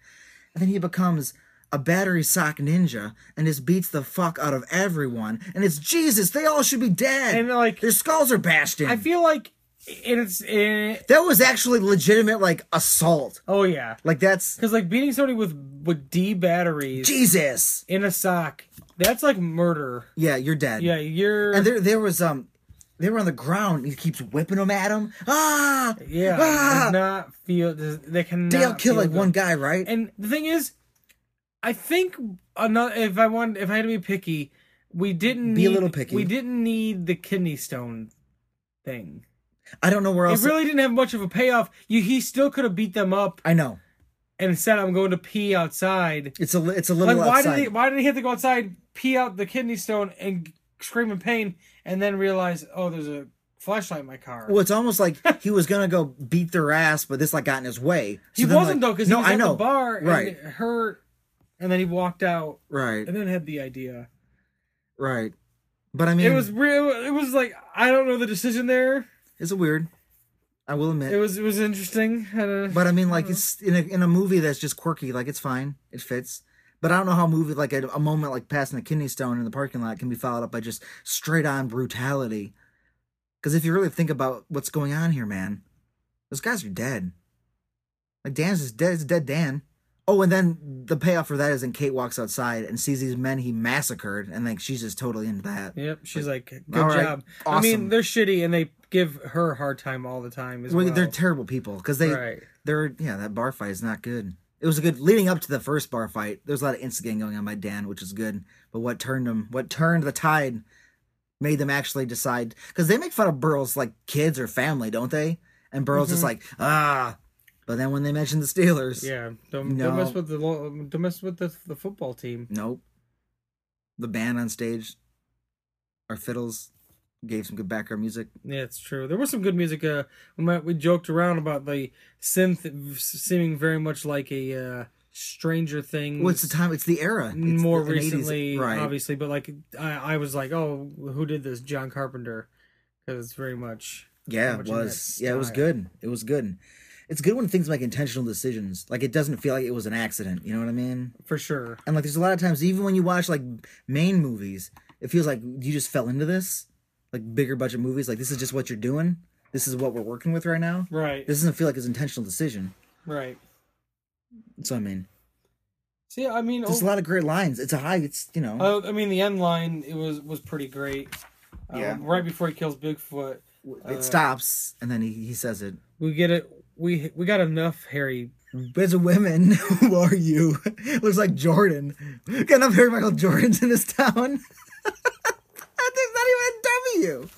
And then he becomes a battery sock ninja and just beats the fuck out of everyone. And it's Jesus, they all should be dead.
And, like-
their skulls are bashed in.
I feel like and it's eh,
that was actually legitimate, like assault.
oh yeah,
Like that's
because like beating somebody with with D batteries
Jesus.
in a sock, that's like murder.
Yeah, you're dead.
Yeah, you're
And there, there was um, they were on the ground. And he keeps whipping them at him. Ah,
yeah.
Ah!
does not feel does- they cannot.
Dale killed
feel
like
good.
one guy, right?
And the thing is, I think another. If I wanted, if I had to be picky, we didn't
Be a
need-
little picky.
We didn't need the kidney stone thing.
I don't know where
It
else.
really didn't have much of a payoff. You, he still could have beat them up
I know
and said, "I'm going to pee outside."
it's a li- it's a little
Like, why
outside.
did he? Why did he have to go outside, pee out the kidney stone, and scream in pain, and then realize, oh, there's a flashlight in my car?
Well, it's almost like he was gonna go beat their ass, but this like got in his way.
he
So then,
wasn't
like-
though, because
no,
he was
I
at
know.
the bar
Right,
and it hurt, and then he walked out
right,
and then had the idea.
right. But I mean,
it was real. It was like I don't know the decision there.
it's a weird. I will admit.
It was it was interesting. I don't know.
But I mean, like it's in a in a movie that's just quirky. Like it's fine, it fits. But I don't know how a movie like a, a moment like passing a kidney stone in the parking lot can be followed up by just straight on brutality. Because if you really think about what's going on here, man, those guys are dead. Like Dan's is dead. It's dead Dan. Oh, and then the payoff for that is when Kate walks outside and sees these men he massacred, and like she's just totally into that.
Yep, she's like, good
all right,
job. I
awesome.
mean, they're shitty and they give her a hard time all the time as well.
Well, they're terrible people because they
Right.
they're yeah that bar fight is not good. It was a good leading up to the first bar fight. There was a lot of instigating going on by Dan, which is good. But what turned them, what turned the tide, made them actually decide because they make fun of Burl's like kids or family, don't they? And Burl's just like ah. But then when they mention the Steelers,
Mm-hmm. yeah, don't,
No.
don't mess with the lo- don't mess with the, the football team.
nope. The band on stage, our fiddles, gave some good background music.
Yeah, it's true. There was some good music. Uh, we might, we joked around about the synth seeming very much like a uh, Stranger Things.
Well, it's the time? It's the era. It's
more
the- an 80s,
recently, obviously, but like I, I was like, oh, who did this? John Carpenter, because it's very much.
Yeah,
how
it
much in
was.
that
Yeah, it was
style.
good. It was good. It's good when things make intentional decisions. Like it doesn't feel like it was an accident. You know what I mean?
for sure.
And like there's a lot of times, even when you watch like main movies, it feels like you just fell into this. Like bigger budget movies, like this is just what you're doing. This is what we're working with right now.
Right,
This doesn't feel like it's an intentional decision.
right.
That's what I mean.
See, I mean,
There's a lot of great lines. It's a high. It's you know.
Oh, I mean, the end line it was was pretty great. Uh,
Yeah.
Right before he kills Bigfoot, uh,
it stops and then he, he says it.
we get it. We we got enough Harry.
As a woman, who are you? Looks like Jordan. Got enough Harry Michael Jordans in this town. There's not even a W.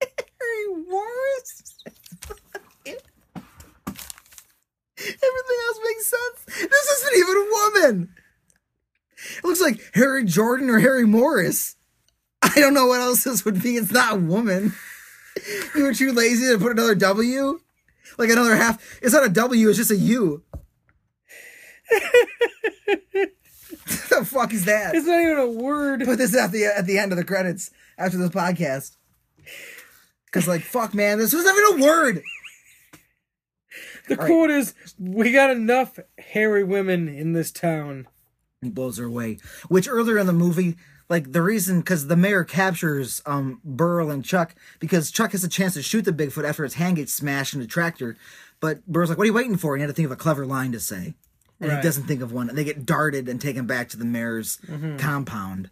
Harry Morris. Everything else makes sense. This isn't even a woman. It looks like Harry Jordan or Harry Morris. I don't know what else this would be. It's not a woman. You were too lazy to put another W like another half. It's not a W. It's just a U. the fuck is that?
It's not even a word.
Put this at the at the end of the credits after this podcast. Cause like fuck, man, this was not even a word.
The quote is, "We got enough hairy women in this town."
He blows her away. Which earlier in the movie, like the reason, because the mayor captures um Burl and Chuck because Chuck has a chance to shoot the Bigfoot after his hand gets smashed in the tractor. But Burl's like, "What are you waiting for?" And he had to think of a clever line to say, and he
Right.
doesn't think of one. And they get darted and taken back to the mayor's compound.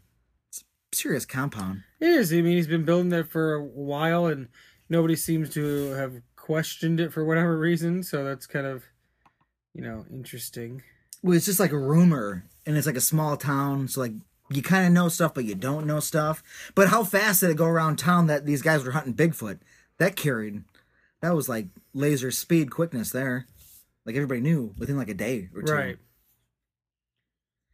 It's a serious compound.
It is. I mean, he's been building there for a while, and nobody seems to have questioned it for whatever reason. So that's kind of, you know, interesting.
Well, it's just like a rumor, and it's like a small town, so like you kind of know stuff, but you don't know stuff. But how fast did it go around town that these guys were hunting Bigfoot? That carried, that was like laser speed quickness there. Like everybody knew within like a day or two.
Right.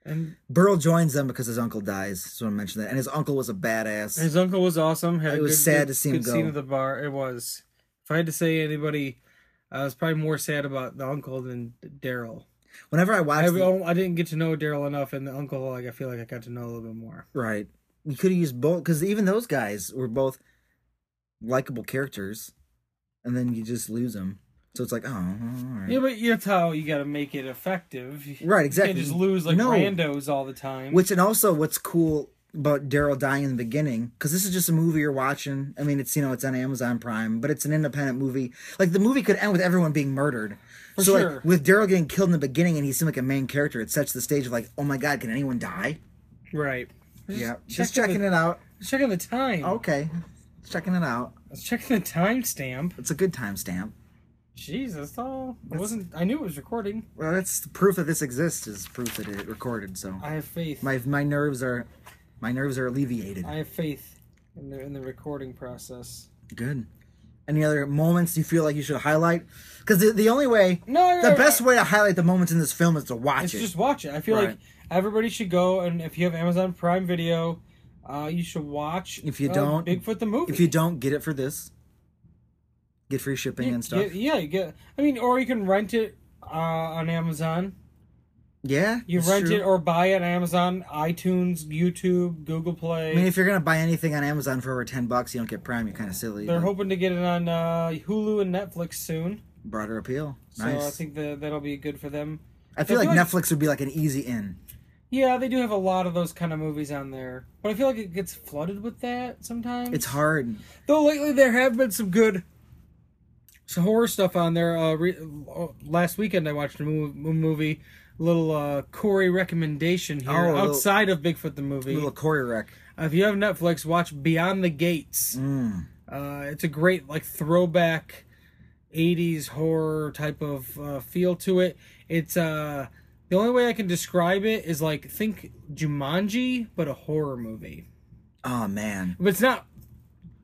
And
Burl joins them because his uncle dies. So I mentioned that, and his uncle was a badass.
his uncle was awesome. Had
It
a
was
good-
sad
good-
to see him
good Scene
go.
at the bar. It was. If I had to say anybody, I was probably more sad about the uncle than Daryl.
Whenever I
I,
watched, the-
I didn't get to know Daryl enough, and the uncle, like I feel like I got to know a little bit more.
right, you could have used both because even those guys were both likable characters, and then you just lose them. So it's like, oh, all right.
Yeah, but that's how you got to make it effective.
Right, exactly.
You can't just lose like
No.
randos all the time.
Which and also what's cool about Daryl dying in the beginning because this is just a movie you're watching. I mean, it's you know it's on Amazon Prime, but it's an independent movie. Like the movie could end with everyone being murdered.
For
so
sure.
like with Daryl getting killed in the beginning and he seemed like a main character, it sets the stage of like, oh my god, can anyone die?
right.
yeah, just
checking Oh.
checking
the-
it out.
Let's check on the time.
Okay, Just checking it out.
Let's check on the timestamp.
It's a good timestamp.
Jeez, that's all. It wasn't. I knew it was recording.
Well, that's the proof that this exists is proof that it recorded. So
I have faith.
my my nerves are my nerves are alleviated.
I have faith in the in the recording process.
Good. Any other moments you feel like you should highlight? Because the, the only way,
No,
the
you're
best
right.
way to highlight the moments in this film is to watch
It's
it.
just watch it. I feel like
Right.
everybody should go and if you have Amazon Prime Video, uh, you should watch.
If you
uh,
don't-
Bigfoot the movie.
if you don't get it for this, get free shipping
You
and stuff.
get- yeah, you get. I mean, or you can rent it uh, on Amazon.
yeah,
You
it's
rent
true.
it or buy it on Amazon, iTunes, YouTube, Google Play.
I mean, if you're gonna buy anything on Amazon for over ten bucks, you don't get Prime. You're kind of silly.
They're
but
hoping to get it on uh, Hulu and Netflix soon,
broader appeal.
so
Nice.
I think that that'll be good for them.
feel
I
like
feel like-
Netflix would be like an easy in.
Yeah, they do have a lot of those kind of movies on there, but I feel like it gets flooded with that sometimes.
It's hard.
Though lately there have been some good some horror stuff on there. Uh, re- uh, last weekend I watched a mov- a movie, little uh, Corey recommendation here
Oh, a little-
outside of Bigfoot the movie.
little Corey wreck.
Uh, if you have Netflix, watch Beyond the Gates.
Mm.
Uh, it's a great like throwback '80s horror type of uh, feel to it. It's uh, the only way I can describe it is like think Jumanji, but a horror movie.
Oh man.
But it's not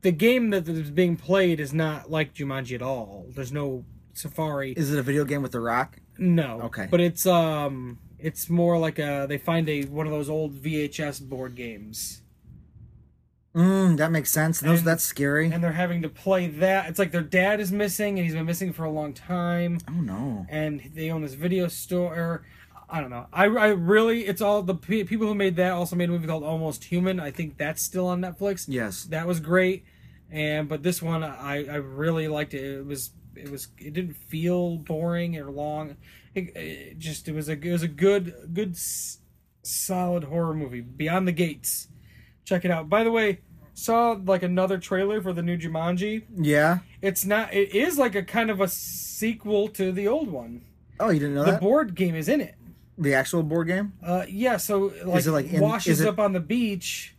the game that is being played is not like Jumanji at all. There's no safari.
Is it a video game with The Rock?
no.
Okay.
But it's um it's more like a they find a one of those old VHS board games.
Mm, that makes sense. Those,
And-
that's scary.
And they're having to play that. It's like their dad is missing and he's been missing for a long time
oh no.
and they own this video store. I don't know. I, I really it's all the pe- people who made that also made a movie called Almost Human. I think that's still on Netflix.
Yes.
that was great and but this one i i really liked it it was it was it didn't feel boring or long it, it just it was a it was a good good s- solid horror movie beyond the gates check it out by the way saw like another trailer for the new jumanji
Yeah.
it's not it is like a kind of a sequel to the old one
Oh, you didn't know
the
that?
board game is in it
the actual board game?
uh, yeah, so like,
it, like, in-
washes
is it-
up on the beach,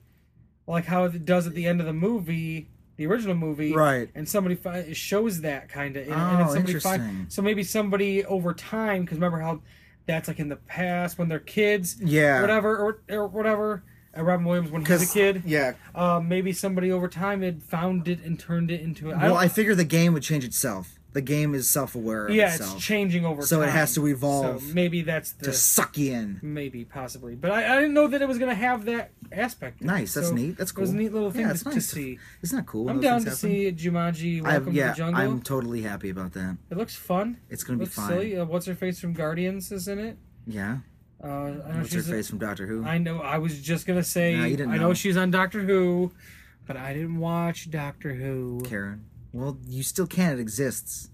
like how it does at the end of the movie, the original movie,
Right.
And somebody fi- shows that kind of, and,
Oh,
then somebody fi-
interesting.
so maybe somebody over time, because remember how that's like in the past when they're kids,
Yeah.
whatever or, or whatever. Uh, Robin Williams when he was a kid,
Yeah.
uh, maybe somebody over time had found it and turned it into. I
well,
don't-
I figure the game would change itself. The game is self-aware of
yeah,
itself.
it's changing over.
So it
time.
has to evolve
So maybe that's the
to suck you in.
maybe possibly but i, I didn't know that it was going to have that aspect
Nice. That's
So
neat. That's cool.
it was a neat little thing
yeah,
to,
it's
to
nice.
see
Isn't that cool? when
i'm
those
down to
things happen?
see jumanji
I-
welcome
yeah,
to the jungle
I'm totally happy about that.
it looks fun
It's gonna be
looks
fine.
silly uh, what's her face from guardians is in it
Yeah.
uh, I know
What's her
she's
face from Doctor Who?
I know i was just going to say
Nah, you didn't
i know.
know.
she's on doctor who but i didn't watch doctor who
Karen. Well, you still can. It exists.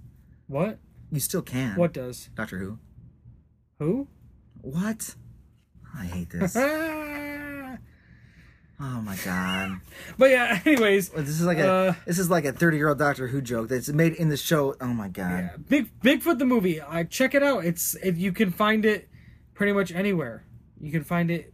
what
You still can.
what does
Doctor Who?
who
What? I hate this. oh
Ah!
my god.
but yeah anyways
Well, This is like a
Uh,
this is like a 30 year old Doctor Who joke that's made in the show. Oh my god.
Big Bigfoot the movie. I check it out. It's it, you can find it pretty much anywhere. You can find it.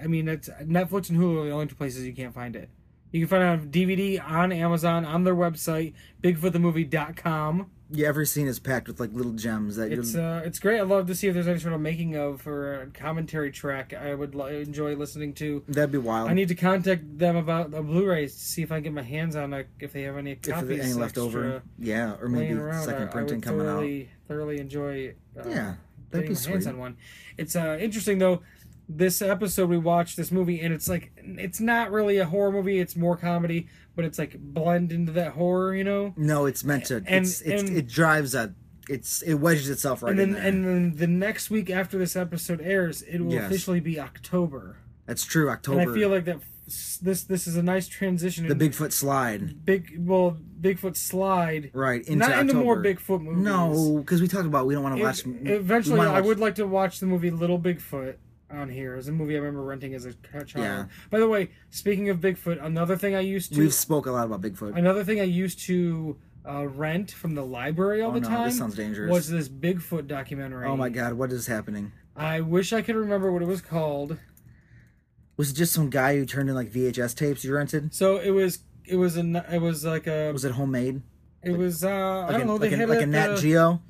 I mean, it's Netflix and Hulu are the only two places you can't find it. You can find it on DVD on Amazon on their website bigfootthemovie.com.
Yeah, every scene is packed with like little gems that
It's
you.
uh, it's great. I'd love to see if there's any sort of making of or a commentary track. I would li- enjoy listening to.
That'd be wild.
I need to contact them about the Blu-rays to see if I can get my hands on like if they have any
if
copies
there's any left
extra
over. Yeah, or maybe
laying around. I-
second
I
printing
would
coming
thoroughly, Thoroughly enjoy. Uh,
out. Yeah, that'd
getting
be
my hands
sweet.
on one. It's uh, interesting though. this episode we watched this movie and it's like it's not really a horror movie it's more comedy but it's like blend into that horror you know
No, it's meant to. it's, it's,
and-
it drives a. It's it wedges itself right
and then
in there.
and then the next week after this episode airs it will
Yes.
officially be october
That's true. October.
and i feel like that f- this this is a nice transition
the
in-
Bigfoot slide.
big well bigfoot slide
Right into
not into more
October.
bigfoot movies
No, because we talked about we don't want to
It-
watch.
eventually,
we wanna
I
watch-
would like to watch the movie Little Bigfoot on here. It's a movie I remember renting as a child.
Yeah.
By the way, speaking of Bigfoot, another thing I used to
We've spoke a lot about Bigfoot.
another thing I used to uh, rent from the library all
Oh,
the
no,
time.
this sounds dangerous.
Was this Bigfoot documentary?
oh my god, what is happening?
I wish I could remember what it was called.
Was it just some guy who turned in like VHS tapes you rented?
So it was. It was an. It was like a.
Was it homemade?
it was. Uh, I
Like
don't
an-
know.
like
they
an-
had
like
it
a
at
Nat
the-
Geo.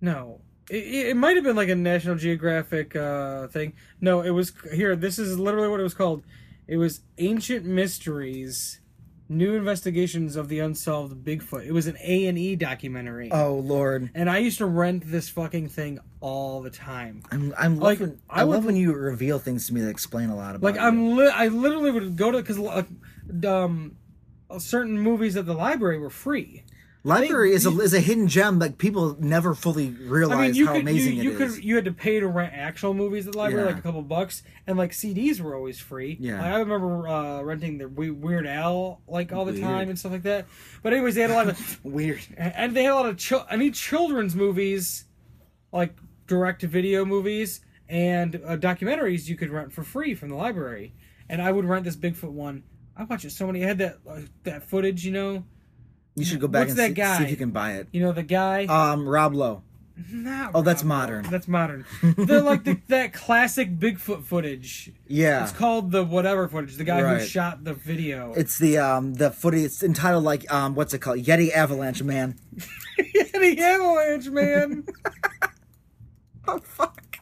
No. It, it it might have been like a National Geographic uh, thing. No, it was here. This is literally what it was called. It was Ancient Mysteries, New Investigations of the Unsolved Bigfoot. It was an A and E documentary,
Oh lord,
and I used to rent this fucking thing all the time.
I'm I'm
Like,
loving,
I
I, love
would-
when you reveal things to me that explain a lot about.
Like
you.
I'm, li- I literally would go to because um, certain movies at the library were free.
library is a is a hidden gem that people never fully realize
I mean, you
how
could,
amazing
you,
it
you
is.
could you had to pay to rent actual movies at the library,
Yeah.
like a couple bucks, and like CDs were always free.
Yeah.
Like, I remember uh, renting the We- Weird Al like all the
Weird.
time and stuff like that. But anyways, they had a lot of
Weird.
and they had a lot of chil- I mean children's movies, like direct to video movies and uh, documentaries you could rent for free from the library. And I would rent this Bigfoot one. I watched it so many. I had that uh, that footage, you know,
You should go back
What's
and
that
see,
guy?
see if you can buy it.
you know the guy.
Um, Rob Lowe.
Not
Oh, that's
Rob Lowe.
modern.
That's modern. They're like the, that classic Bigfoot footage.
Yeah,
It's called the whatever footage. The guy
Right.
who shot the video.
It's the um the footage. It's entitled like um what's it called? Yeti Avalanche Man.
the avalanche man.
Oh fuck!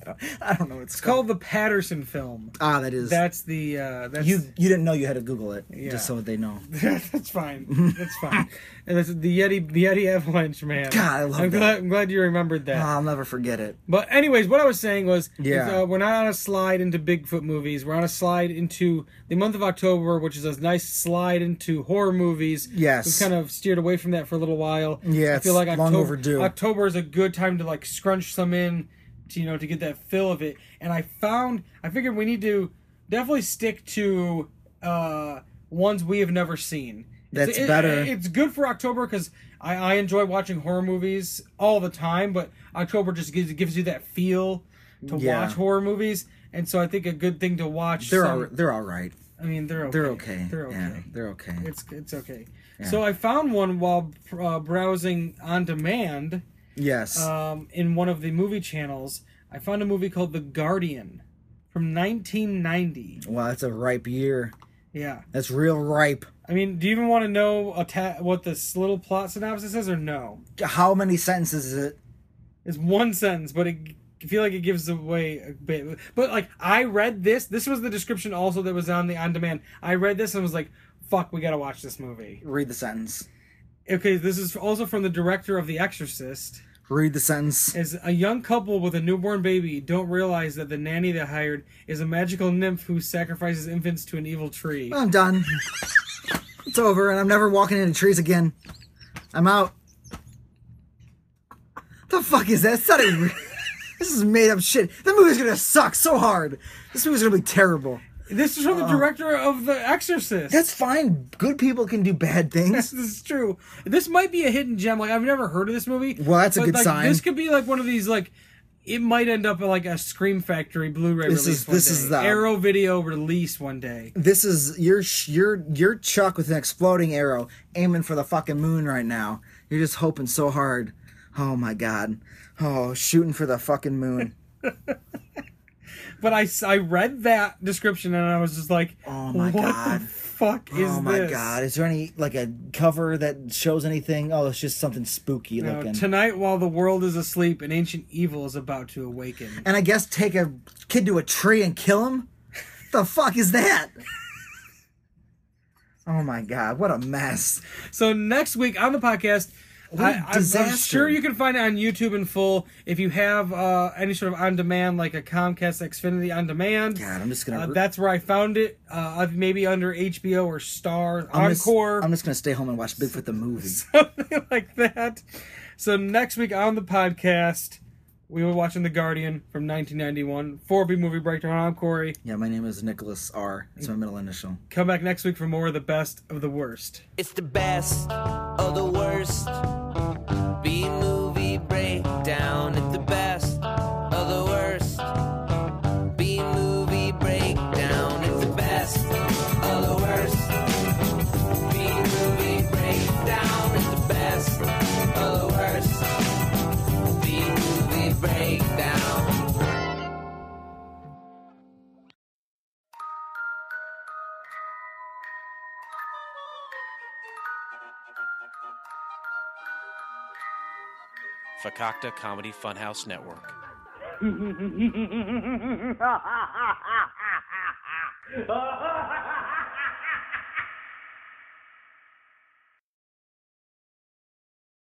I don't, I don't know. What it's,
it's called the Patterson film.
ah that is
That's the uh, that's
you you didn't know you had to Google it
Yeah.
just so they know.
that's fine. That's fine. and that's the Yeti the Yeti avalanche man.
God, I love
I'm
that.
glad I'm glad you remembered that.
I'll never forget it.
But anyways, what I was saying was,
Yeah.
is, uh, we're not on a slide into Bigfoot movies. We're on a slide into the month of October, which is a nice slide into horror movies.
Yes.
we've kind of steered away from that for a little while.
Yeah,
I feel like
it's
October,
long overdue.
October is a good time to like scrunch some in, to, you know, to get that fill of it. And I found, I figured we need to definitely stick to uh, ones we have never seen. It's-
That's
it-
better.
it's good for October because I, I enjoy watching horror movies all the time, but October just gives gives you that feel to
Yeah.
watch horror movies, and so I think a good thing to watch.
They're
some-
all, they're all right.
I mean, they're okay.
They're okay.
They're okay.
Yeah, they're okay.
It's it's okay. So I found one while uh, browsing on demand
yes.
um, in one of the movie channels. I found a movie called The Guardian from 1990.
wow, that's a ripe year.
Yeah.
That's real ripe.
I mean, do you even want to know a ta- what this little plot synopsis is or no?
How many sentences is it?
It's one sentence, but it, I feel like it gives away a bit. But like, I read this. This was the description also that was on the on demand. I read this and was like, "Fuck, we gotta watch this movie."
Read the sentence.
Okay, this is also from the director of The Exorcist.
Read the sentence.
As a young couple with a newborn baby don't realize that the nanny they hired is a magical nymph who sacrifices infants to an evil tree.
I'm done. it's over, and I'm never walking into trees again. I'm out. The fuck is that? It's not even- this is made up shit. The movie's gonna suck so hard. This movie's gonna be terrible.
This is from the director of The Exorcist.
That's fine. Good people can do bad
Yes,
things.
this is true. This might be a hidden gem. Like I've never heard of this movie.
Well, that's a
but,
good
like,
sign.
This could be like one of these like. It might end up at like a Scream Factory Blu-ray
This
release.
is-
one
this
day.
is the-
Arrow Video release one day.
This is your your your Chuck with an exploding arrow aiming for the fucking moon right now. You're just hoping so hard. Oh my god. Oh, shooting for the fucking moon.
But I, s- I read that description and I was just like,
Oh my
what
God.
the fuck is
oh my
this?
god! Is there any like a cover that shows anything? Oh, it's just something spooky
You know,
looking.
tonight, while the world is asleep, an ancient evil is about to awaken.
and I guess take a kid to a tree and kill him. the fuck is that? oh my god! What a mess!
So next week on the podcast,
What a
I, I'm, I'm
disaster.
sure you can find it on YouTube in full if you have uh, any sort of on demand, like a Comcast Xfinity on demand.
God, I'm just
Uh,
gonna.
that's where I found it. Uh, I've- maybe under HBO or Star
I'm just-
Encore,
I'm just gonna stay home and watch Bigfoot the movie.
something like that. So next week on the podcast, we were watching The Guardian from 1991. Four B movie breakdown. I'm Corey.
Yeah, my name is Nicholas R. It's my middle initial.
Come back next week for more of the best of the worst.
It's the best of the worst. B movie breakdown. It's the best of the worst. B movie breakdown. It's the best of the worst. B movie breakdown. It's the best of the worst. B movie breakdown.
Fakakta Comedy Funhouse Network.